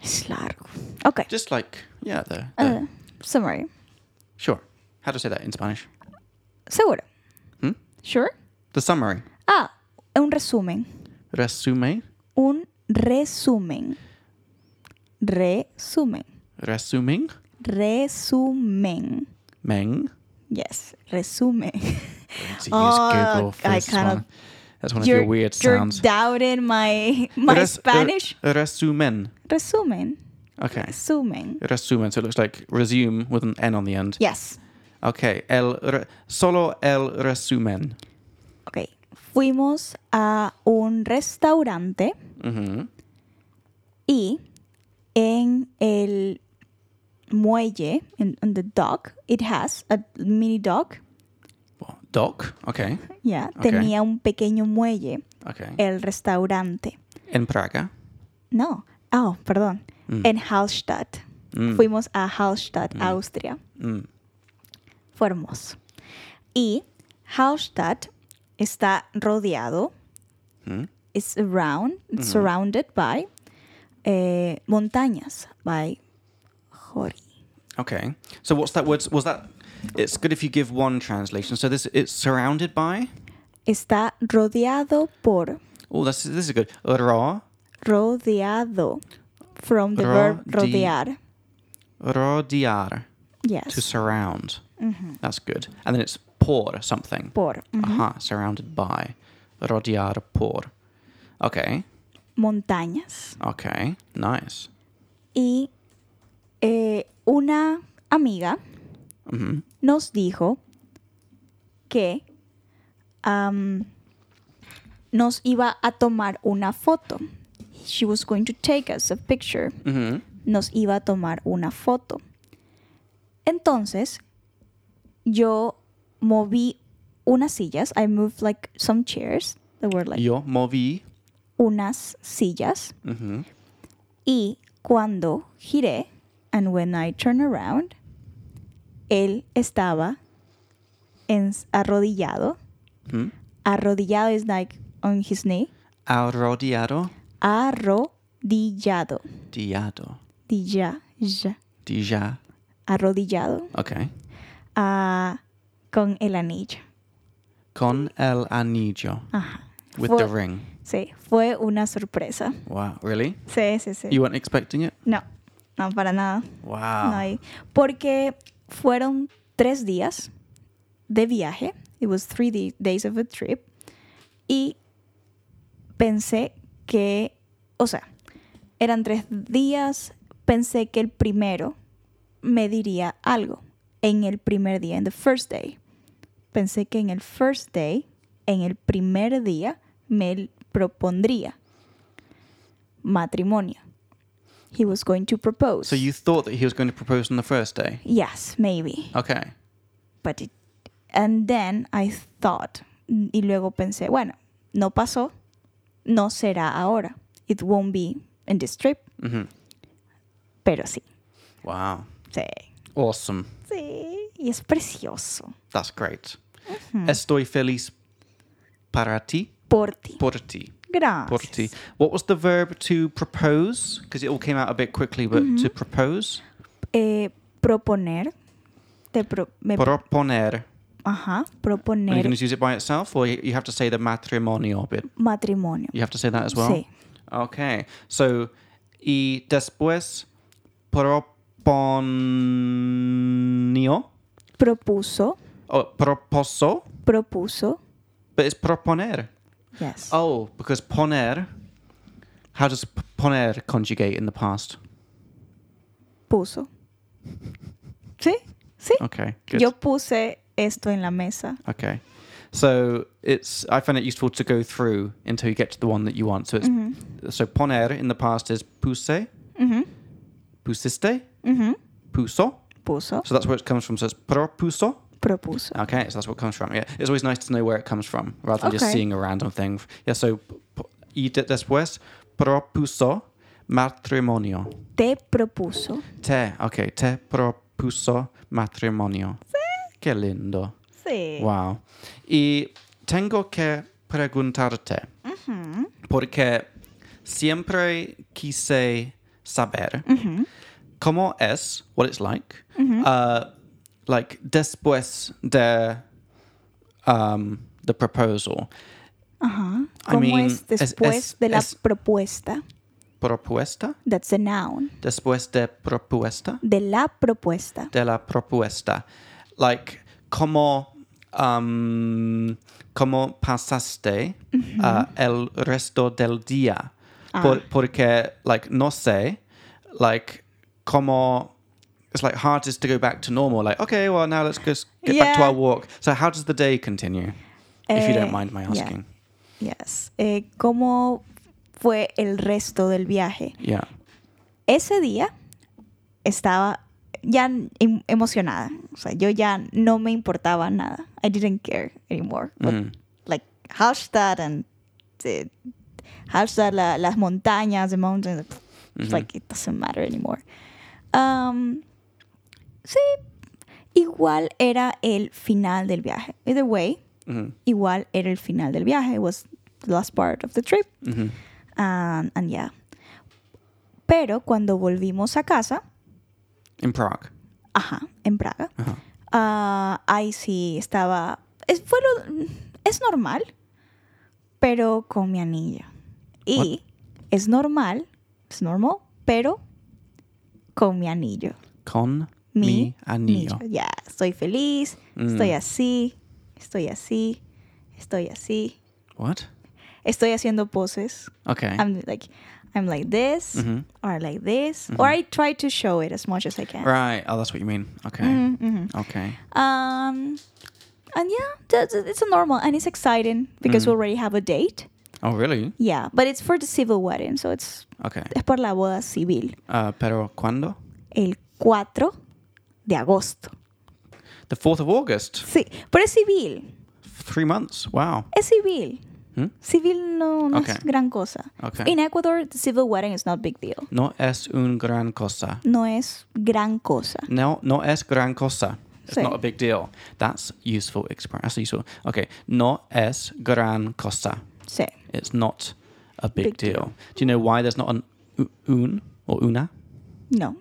es largo. Ok. Just like, yeah, there. there. Uh, summary. sure. How to say that in Spanish? Seguro. ¿Mm? Sure. The summary. Ah, un resumen. Resume. Un resumen. Resumen. Resuming. Resumen. Meng. Yes, resumen. To use Oh, Google for I this kind of- one. That's one of your weird you're sounds. doubting my my Res- er- Spanish. resumen. Resumen. Okay. Resumen. Resumen. So it looks like resume with an N on the end. Yes. Okay. El re- solo el resumen. Ok. Fuimos a un restaurante Mhm. y en el muelle, en on the dock, it has a mini dock. Doc. Okay. Yeah, Ok. tenía un pequeño muelle, Okay. el restaurante. En Praga. No, oh, perdón, en Hallstatt. Mm. Fuimos a Hallstatt, Austria. Mm. Fue hermoso. Y Hallstatt está rodeado, Mm. it's around, it's surrounded by eh, montañas, by Jori. Okay. So what's that word? Was that? It's good if you give one translation. So this it's surrounded by. Está rodeado por, Oh, this is this is good. Ro rodeado, from the verb Rodi- rodear. rodear Yes, to surround. That's good. And then it's por something. por mm, Aha, surrounded by. Rodear por. Okay. montañas. Okay. Nice. Y eh, una amiga Mhm. nos dijo que am, nos iba a tomar una foto. She was going to take us a picture. Mhm. Nos iba a tomar una foto. Entonces, yo moví unas sillas. I moved like some chairs. They were like Yo moví. unas sillas. Mhm. Y cuando giré, and when I turn around, él estaba en, arrodillado. Hmm? Arrodillado is like on his knee. Arrodeado. Arrodillado. Diado. Dilla, ya. Dija. Arrodillado. Okay. Ah, con el anillo. Con el anillo. Ajá. With Fue- the ring. Sí, fue una sorpresa. Wow. Really? Sí, sí, sí. You weren't expecting it? No, no, para nada. Wow. No hay- Porque fueron tres días de viaje. It was three di- days of a trip. Y pensé que, o sea, eran tres días. Pensé que el primero me diría algo. En el primer día, en the first day. Pensé que en el first day, en el primer día, me propondría matrimonio. He was going to propose. So you thought that he was going to propose on the first day? Yes, maybe. Okay. But it, and then I thought, y luego pensé, bueno, no pasó, no será ahora. It won't be in this trip, hmm pero sí. Wow. Sí. Awesome. Sí, y es precioso. That's great. Estoy feliz para ti. Por ti. Por ti. Gracias. Por ti. What was the verb to propose? Because it all came out a bit quickly, but to propose. Eh, proponer. Te pro- me- Proponer. ajá, Are you proponer going to use it by itself, or you you have to say the matrimonio bit? matrimonio. You have to say that as well? Sí. Okay. So, y después proponio. Propuso, Oh, proposo. propuso. But it's proponer. Yes. Oh, because poner. How does p- poner conjugate in the past? Puso. Sí, sí. Okay, good. Yo puse esto en la mesa. Okay. So it's I find it useful to go through until you get to the one that you want. So it's so poner in the past is puse, Ujú, pusiste, ujú. puso. Puso, So that's where it comes from. So it's propuso. propuso. Okay, so that's what it comes from. Yeah, it's always nice to know where it comes from rather than just Okay. seeing a random thing. Yeah. So p- p- y de- después propuso matrimonio. Te propuso. Te, okay, te propuso matrimonio. Qué lindo. Sí. Wow. Y tengo que preguntarte, porque siempre quise saber cómo es, what it's like, uh, like después de um, the proposal. Ajá. I ¿Cómo mean, es es- después es- de la es- propuesta? Propuesta. That's the noun. Después de propuesta. De la propuesta. de la propuesta. Like, ¿cómo, um, cómo pasaste Mm-hmm. uh, el resto del día? Ah. Por- porque, like, no sé, like, cómo. It's like hardest to go back to normal. Like, okay, well, now let's just get back to Yeah. our walk. So, how does the day continue? if you Eh, don't mind my yeah. asking. Yes. Eh, ¿Cómo fue el resto del viaje? Yeah. Ese día estaba ya em- emocionada. O sea, yo ya no me importaba nada. I didn't care anymore. But, Mm. Like, Hallstatt and eh, Hallstatt, la- las montañas, the mountains. It's Mm-hmm. like, it doesn't matter anymore. Um, sí, igual era el final del viaje. Either way, Mm-hmm. igual era el final del viaje. It was the last part of the trip. Mm-hmm. And, and yeah. Pero cuando volvimos a casa, In Prague. Uh-huh. ajá, en Praga, Ajá. ah, ahí sí estaba. Es, fue lo- es normal, pero con mi anillo. Y es normal, es normal, pero con mi anillo. Con mi, Mi anillo. anillo. Ya, estoy feliz, estoy así, estoy así, estoy así. What? Estoy haciendo poses. Okay. I'm like, I'm like this, Mhm. or like this, or I try to show it as much as I can. right. Oh, that's what you mean. Okay. Mm-hmm. Okay. Um, and yeah, that's, it's a normal and it's exciting because we already have a date. Oh, really? Yeah, but it's for the civil wedding, so it's Okay. es por la boda civil Uh, pero cuando? el 4 de agosto. The 4th of August. Sí, pero es civil, Three months. Wow. es civil. Hmm? Civil no, no es Okay. gran cosa. Okay. In Ecuador, the civil wedding is not big deal. No es un gran cosa. No es gran cosa. No, no es gran cosa. It's Sí. not a big deal. That's useful expression. That's useful. Okay. No es gran cosa. Sí. It's not a big, Big deal. deal. Do you know why there's not an u- un or una? No.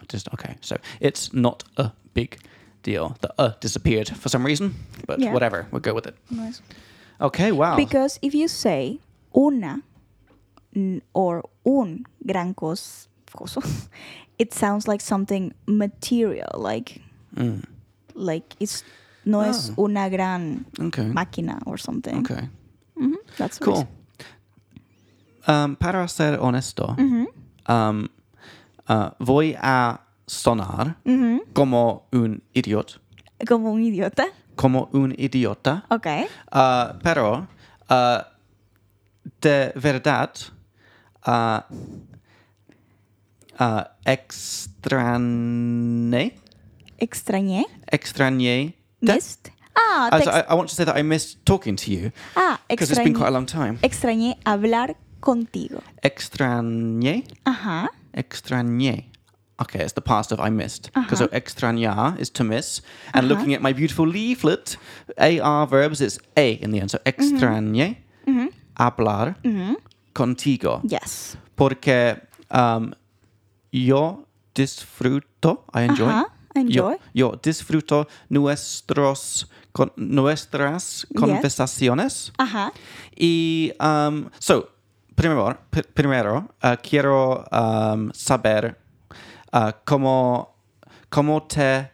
I Just okay. So it's not a big deal. The uh disappeared for some reason, but Yeah. whatever. We'll go with it. No es. Okay. Wow. Because if you say una n- or un gran cos, coso, it sounds like something material, like Mm. like it's no es una gran Okay. máquina or something. Ah. Mm-hmm. Okay. Mhm, That's what it is. Cool. Um, para ser honesto, um, uh, voy a sonar Mm. como un idiot, Mm-hmm. Como un idiota. como un idiota, Okay. uh, pero uh, de verdad uh, uh, extrañé, Extrañé. extrañé. Missed. Ah, Uh, te so I, ex- I want to say that I missed talking to you ah because it's been quite a extrañé, long time. extrañé hablar contigo. Extrañé. Ajá. extrañé. Okay, it's the past of I missed. Because Uh-huh. extrañar is to miss. And Uh-huh. looking at my beautiful leaflet, AR verbs, it's A in the end. So Mm-hmm. extrañé, hablar, contigo. Yes. Porque um, yo disfruto, I enjoy. Ajá, Uh-huh. enjoy. Yo, yo disfruto nuestros, con, nuestras conversaciones. Ajá. Y, um, so, primero, pr- primero uh, quiero um, saber uh, cómo, cómo te...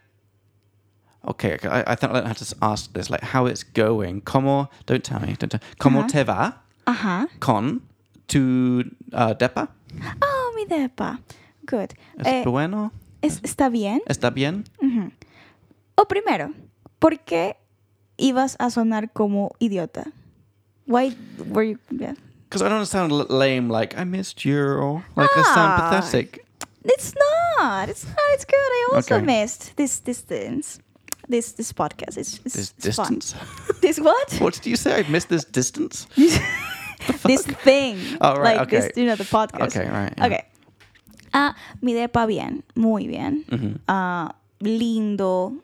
Okay, okay, I, I think I don't have to s- ask this, like how it's going. Como, don't tell me, don't tell, como Ajá. te va Ajá. con tu uh, depa? Oh, mi depa. Good. ¿Es Eh, bueno? es- ¿Está bien? ¿Está bien? O primero, ¿por qué ibas a sonar como idiota? Why were you... yeah. Because I don't wanna sound l- lame, like I missed you, or like I sound Ah. pathetic. It's not. It's not. It's good. I also Okay. missed this distance. This this podcast. It's, it's, This it's fun. distance. This what? what did you say? I missed this distance? this thing. Oh, right, like this, okay. you know, the podcast. Okay, right, yeah. Okay. Ah, mi depa bien, muy bien. Mm-hmm. Ah, lindo.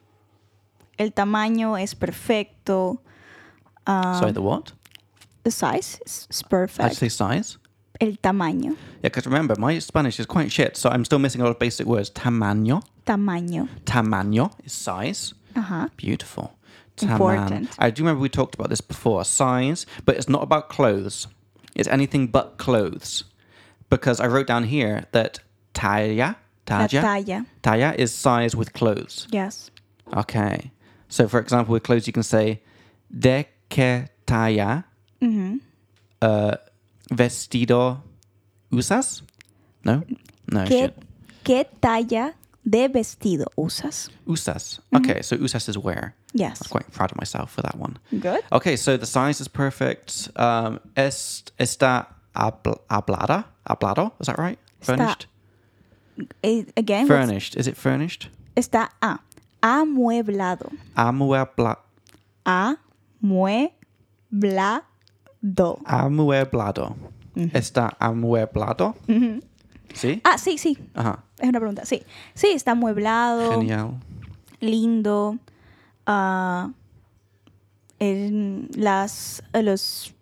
El tamaño es perfecto. Ah, Sorry, the what? the size is, is I How'd you perfect. say size? El tamaño. Yeah, because remember, my Spanish is quite shit, so I'm still missing a lot of basic words. Tamaño. Tamaño. Tamaño is size. Ajá. Beautiful. Taman. Important. I do remember we talked about this before size, but it's not about clothes. It's anything but clothes. Because I wrote down here that taya, La taya, talla. taya is size with clothes. Yes. Okay. So, for example, with clothes, you can say de que talla uh, vestido usas? No? No. ¿Qué, shit. ¿Qué talla de vestido usas? Usas. Okay, so usas is where. Yes. I'm quite proud of myself for that one. Good. Okay, so the size is perfect. Um, est, está habl- hablada? Hablado? Is that right? Está- Furnished? Eh, again, what's- Furnished. Is it furnished? está a. Amueblado. Amuebla, Amueblado. amueblado. Está amueblado? ¿Sí? Ah, sí, sí. Ajá. Es una pregunta. Sí. Sí, está amueblado, Genial. lindo. ah, en las, eh, los,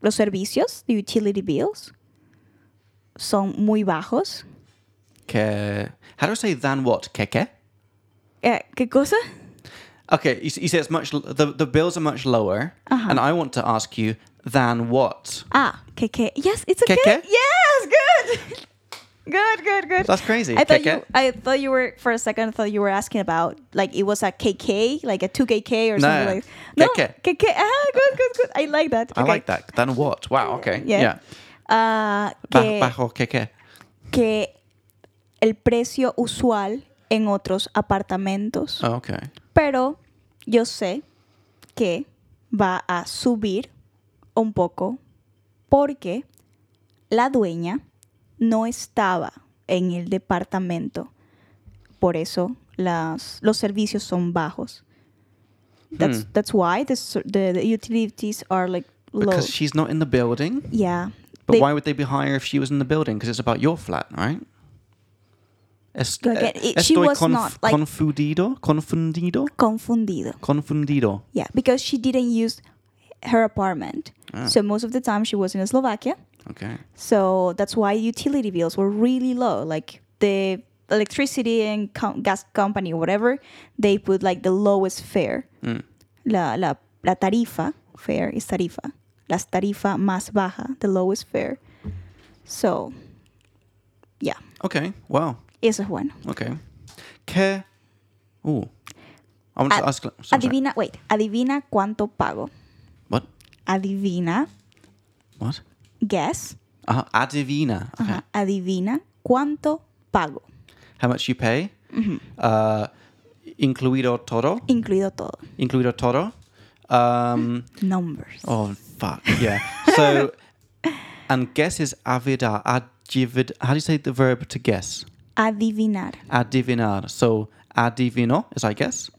los servicios de utility bills son muy bajos. Que, how do I say than what? Que que? Eh, ¿Qué cosa? Okay, you, s- you say it's much, l- the, the bills are much lower. Uh-huh. And I want to ask you, than what? Ah, que que. Yes, it's a Que good. que? Yes, good. Good, good, good. That's crazy. I thought Que que? you. I thought you were for a second. I thought you were asking about like it was a KK, like a two KK or No. something like. Que No, que. que que. Ah, good, good, good. I like that. I Okay. like that. Than what? Wow, okay. Yeah. Yeah. Ah, Ba- que, Bajo que que? que el precio usual en otros apartamentos, Oh, okay. pero yo sé que va a subir un poco porque la dueña no estaba en el departamento. Por eso las, los servicios son bajos. That's, Hmm. that's why the, ser- the, the utilities are like low. Because she's not in the building. yeah. But They- why would they be higher if she was in the building? Because it's about your flat, right? Es- Look, eh, it- it- she estoy was not, like- confundido, confundido, confundido. confundido. Yeah, because she didn't use her apartment. Ah. So most of the time she was in Slovakia. Okay. So that's why utility bills were really low. Like the electricity and com- gas company or whatever, they put like the lowest fare. La, la, la tarifa, fare is tarifa. Las tarifa más baja, the lowest fare. So, yeah, Okay. Wow. eso es bueno. Okay. Que. Ooh. I want to Ad- ask. sorry, sorry. Adivina, wait, adivina cuánto pago. What? Adivina, What? guess. Uh, adivina. Okay. Ajá. Adivina cuánto pago, How much you pay? Uh, incluido todo. incluido todo. Incluido todo. Um, Numbers. oh fuck yeah. So, and guess is avida. Adivid. How do you say the verb to guess? Adivinar. Adivinar. So adivino is I guess.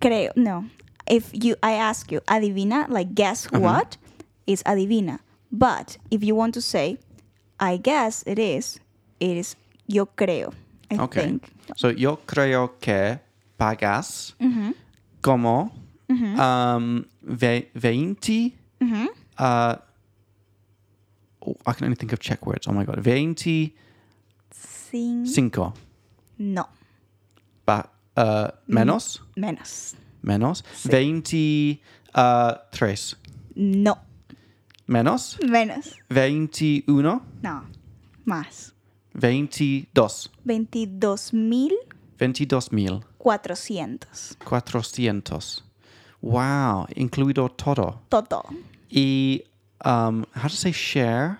Creo, no. If you, I ask you, adivina, like guess what, is adivina. But if you want to say, I guess it is, it is yo creo. I Okay. think. So yo creo que pagas como um, ve- 20 Uh, oh, I can only think of Czech words. Oh my god, veinti Sin, cinco. no. Ba- uh, menos, Menos. menos. Veinti uh, tres. No. Menos. Menos. Veinti uno. No. Más. Veinti dos. 22,400. Veintidós mil. Cuatrocientos. Wow, incluido todo. Todo. Y um, how to say share?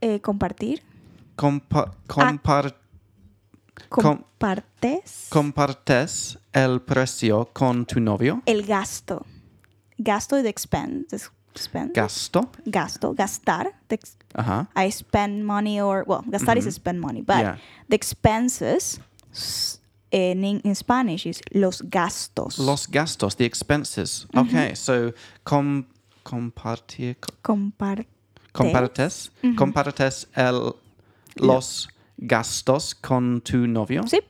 Eh, compartir. Compa- compar- Com- Compartes. compartes el precio con tu novio. el gasto. Gasto de expend. de expend. Gasto. gasto. Gastar. de ex- Ajá. I spend money or, well, gastar is spend money, but Yeah. the expenses s- in, in in Spanish is los gastos. Los gastos, the expenses. Okay, so com- compartir, co- Comparte. compartes, compartes el, los gastos con tu novio. Sí.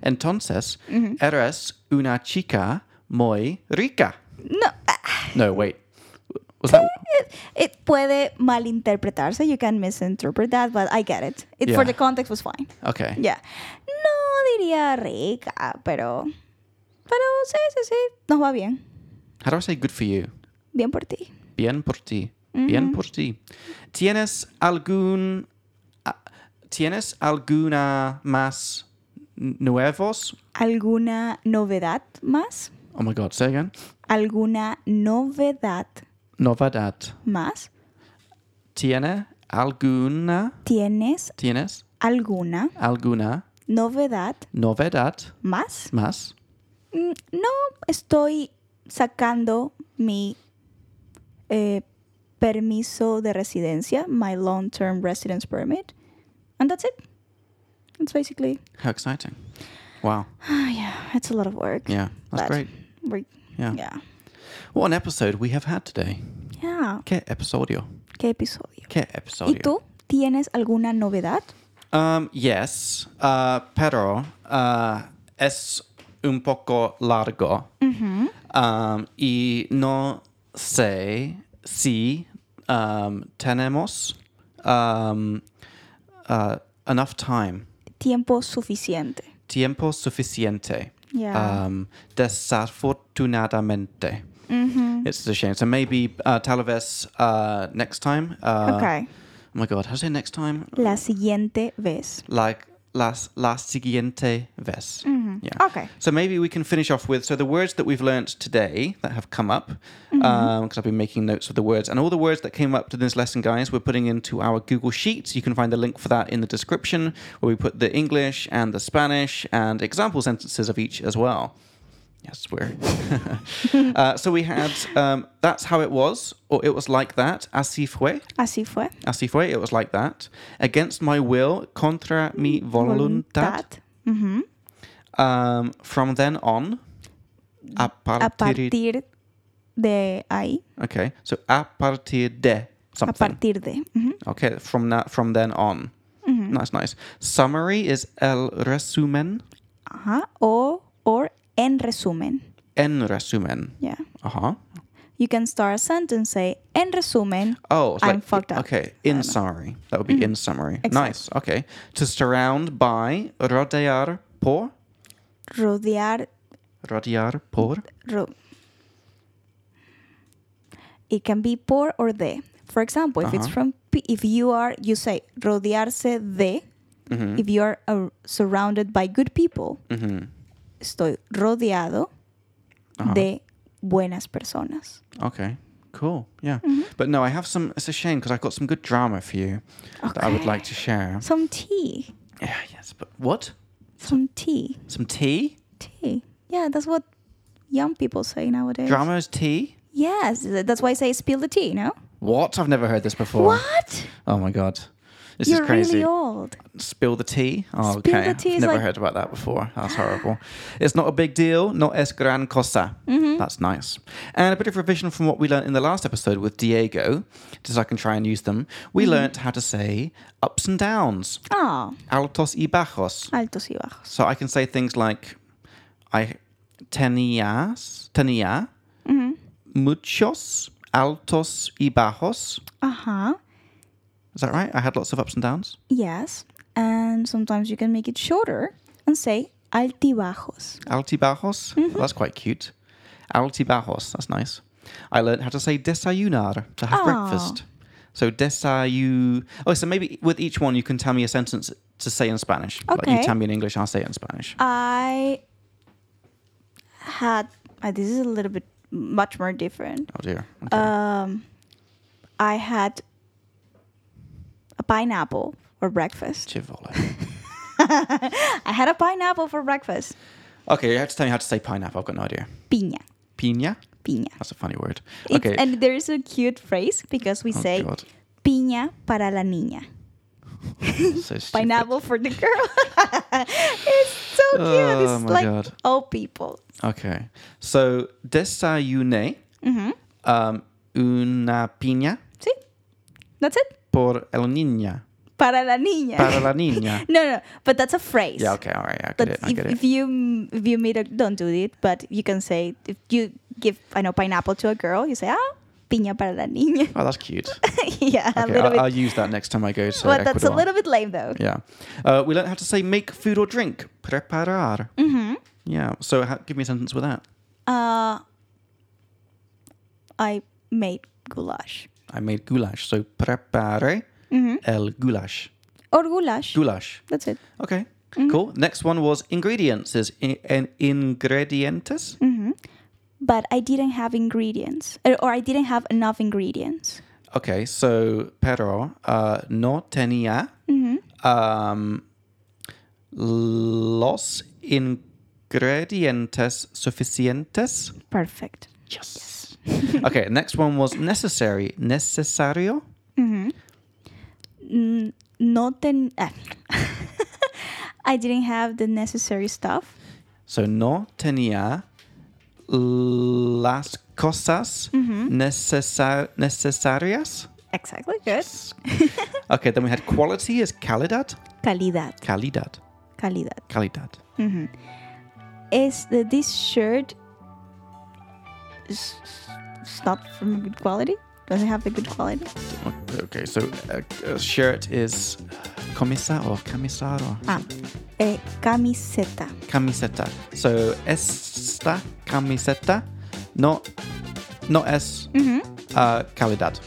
Entonces, eres una chica muy rica. No. ah, No, wait. Was that? It puede malinterpretarse. You can misinterpret that, but I get it. It for Yeah. the context was fine. Okay. Yeah. No diría rica, pero Pero sí, sí, sí, nos va bien. How do I say good for you? Bien por ti. Bien por ti. Bien por ti. ¿Tienes algún. a- ¿Tienes alguna más n- nuevos? ¿Alguna novedad más? Oh my god, say again. ¿Alguna novedad Novedad. más? ¿Tiene alguna. ¿Tienes ¿Tienes alguna alguna novedad novedad más? más? Mm, No estoy sacando mi eh, permiso de residencia, my long-term residence permit, and that's it. That's basically. How exciting. Wow. Ah, yeah, it's a lot of work. Yeah, that's but great. we- Yeah. yeah, What an episode we have had today. yeah. ¿Qué episodio? Qué episodio. ¿Qué ¿Y episodio? tú tienes alguna novedad? Um, yes, uh, pero uh, es un poco largo. Mm-hmm. Um, y no sé si um, tenemos um, uh, enough time, Tiempo suficiente. tiempo suficiente. Yeah. Um, desafortunadamente. Mm-hmm. It's a shame. So maybe uh, tal vez uh, next time. Uh, okay. Oh my God, how do I say next time? La siguiente vez. like las la siguiente vez. Yeah. Mm-hmm. Okay. So maybe we can finish off with so the words that we've learnt today that have come up because I've been making notes of the words and all the words that came up to this lesson, guys, we're putting into our Google Sheets. You can find the link for that in the description where we put the English and the Spanish and example sentences of each as well. Yes, we're. uh, so we had um, that's how it was, or it was like that. Así fue. Así fue. Así fue, it was like that. Against my will, contra mi voluntad. Mhm. Um, from then on, a A partir... partir de ahí. Okay, so a partir de something. A partir de. Ujú. okay, from that, from then on. Mm-hmm. Nice, nice. Summary is el resumen, Ajá. O, or en resumen. en resumen. Yeah. Uh huh. You can start a sentence say en resumen. Oh, it's I'm like- fucked up. Okay, I don't in know. Mm-hmm. summary. That would be in summary. Exactly. Nice. Okay. To surround by rodear por Rodear. rodear por ro- It can be por or de. For example, if it's Ajá. from p- if you are you say rodearse de. If you are uh, surrounded by good people, Mhm. estoy rodeado de buenas personas. Okay. Cool. Yeah. Mm-hmm. But no, I have some. It's a shame because I've got some good drama for you that I would Okay. like to share. Some tea. Yeah. Yes. But what? Some tea. Some tea? Tea. Yeah, that's what young people say nowadays. Drama is tea? Yes, th- that's why I say spill the tea, no? What? I've never heard this before. What? Oh my god. This You're is crazy. really old. Spill the tea. Oh, Spill okay. the tea I've is never like- heard about that before. That's horrible. It's not a big deal. Not es gran cosa. Mm-hmm. That's nice. And a bit of revision from what we learned in the last episode with Diego, just so I can try and use them. Mm-hmm. We learnt how to say ups and downs, Oh, altos y bajos. altos y bajos. So I can say things like I tenías, tenía Mm-hmm. muchos altos y bajos. Uh huh. Is that right? I had lots of ups and downs. Yes. And sometimes you can make it shorter and say altibajos. Altibajos. Mm-hmm. bajos. That's quite cute. Altibajos. That's nice. I learned how to say desayunar to have Oh. breakfast. So desayu. Oh, so maybe with each one you can tell me a sentence to say in Spanish. Like you Okay. Uh, tell me in English, I'll say it in Spanish. I had. Uh, this is a little bit much more different. Oh dear. Okay. Um, I had a pineapple for breakfast. Chivolo. I had a pineapple for breakfast. okay, you have to tell me how to say pineapple. I've got no idea. Piña. Piña. Piña. That's a funny word. It's- Ah, okay. And there is a cute phrase because we Oh, say God. piña para la niña. So stupid. Pineapple for the girl. it's so cute. Oh, it's my like God. old people. Okay. So desayuné Mm-hmm. um, una piña See? That's it. por el niña. Para la niña. Para la niña. no, no, but that's a phrase. Yeah, okay, all right. I get But it. I if, get if it. you if you meet a don't do it, but you can say if you give I know pineapple to a girl, you say ah piña para la niña. Oh, that's cute. yeah, a Okay, little I'll, I'll bit. use that next time I go to but Ecuador. that's a little bit lame though. Mm. Yeah. Uh, we learned how to say make food or drink. Preparar. Mm-hmm. Yeah. So ha- give me a sentence with that. Uh, I made goulash. I made goulash. So prepare Mm-hmm. el goulash. Or goulash. Goulash. That's it. Okay. Cool. Next one was ingredients. Is in, en- ingredientes? Mm-hmm. But I didn't have ingredients, or or I didn't have enough ingredients. Okay. So pero uh, no tenía Mm-hmm. um, los ingredientes suficientes. Perfect. Yes. okay. Next one was necessary. Necesario. Mm-hmm. No ten. ah. I didn't have the necessary stuff. So no tenía las cosas necesar- necesarias. Exactly. Good. Okay, then we had quality is calidad. Calidad. Calidad. Calidad. Calidad. Is the, this shirt is, is not from a good quality? Does it have the good quality? Okay, so a, a shirt is camisa or camisa or Ah, eh, camiseta. camiseta. So esta camiseta no, no es uh, calidad.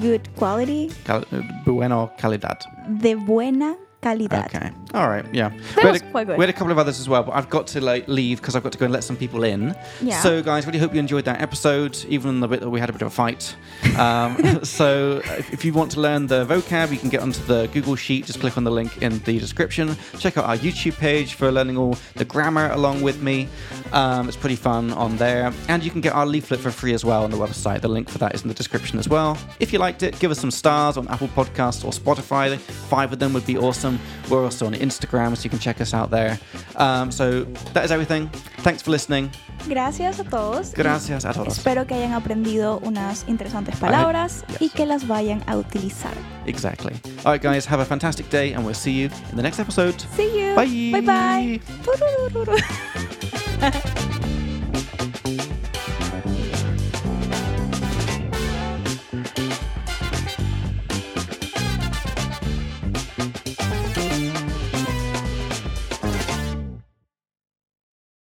Good quality. Cal- bueno calidad. De buena calidad. Okay. All right. Yeah. That we, was had a, quite good. we had a couple of others as well, but I've got to like leave because I've got to go and let some people in. Yeah. So, guys, really hope you enjoyed that episode, even the bit that we had a bit of a fight. Um, so, if, if you want to learn the vocab, you can get onto the Google Sheet. Just click on the link in the description. Check out our YouTube page for learning all the grammar along with me. Um, it's pretty fun on there, and you can get our leaflet for free as well on the website. The link for that is in the description as well. If you liked it, give us some stars on Apple Podcasts or Spotify. Five of them would be awesome. We're also on Instagram, so you can check us out there. Um, so that is everything. Thanks for listening. Gracias a todos. y Gracias a todos. Espero que hayan aprendido unas interesantes palabras yes. y que las vayan a utilizar. Exactly. All right, guys, have a fantastic day, and we'll see you in the next episode. See you. Bye. Bye bye.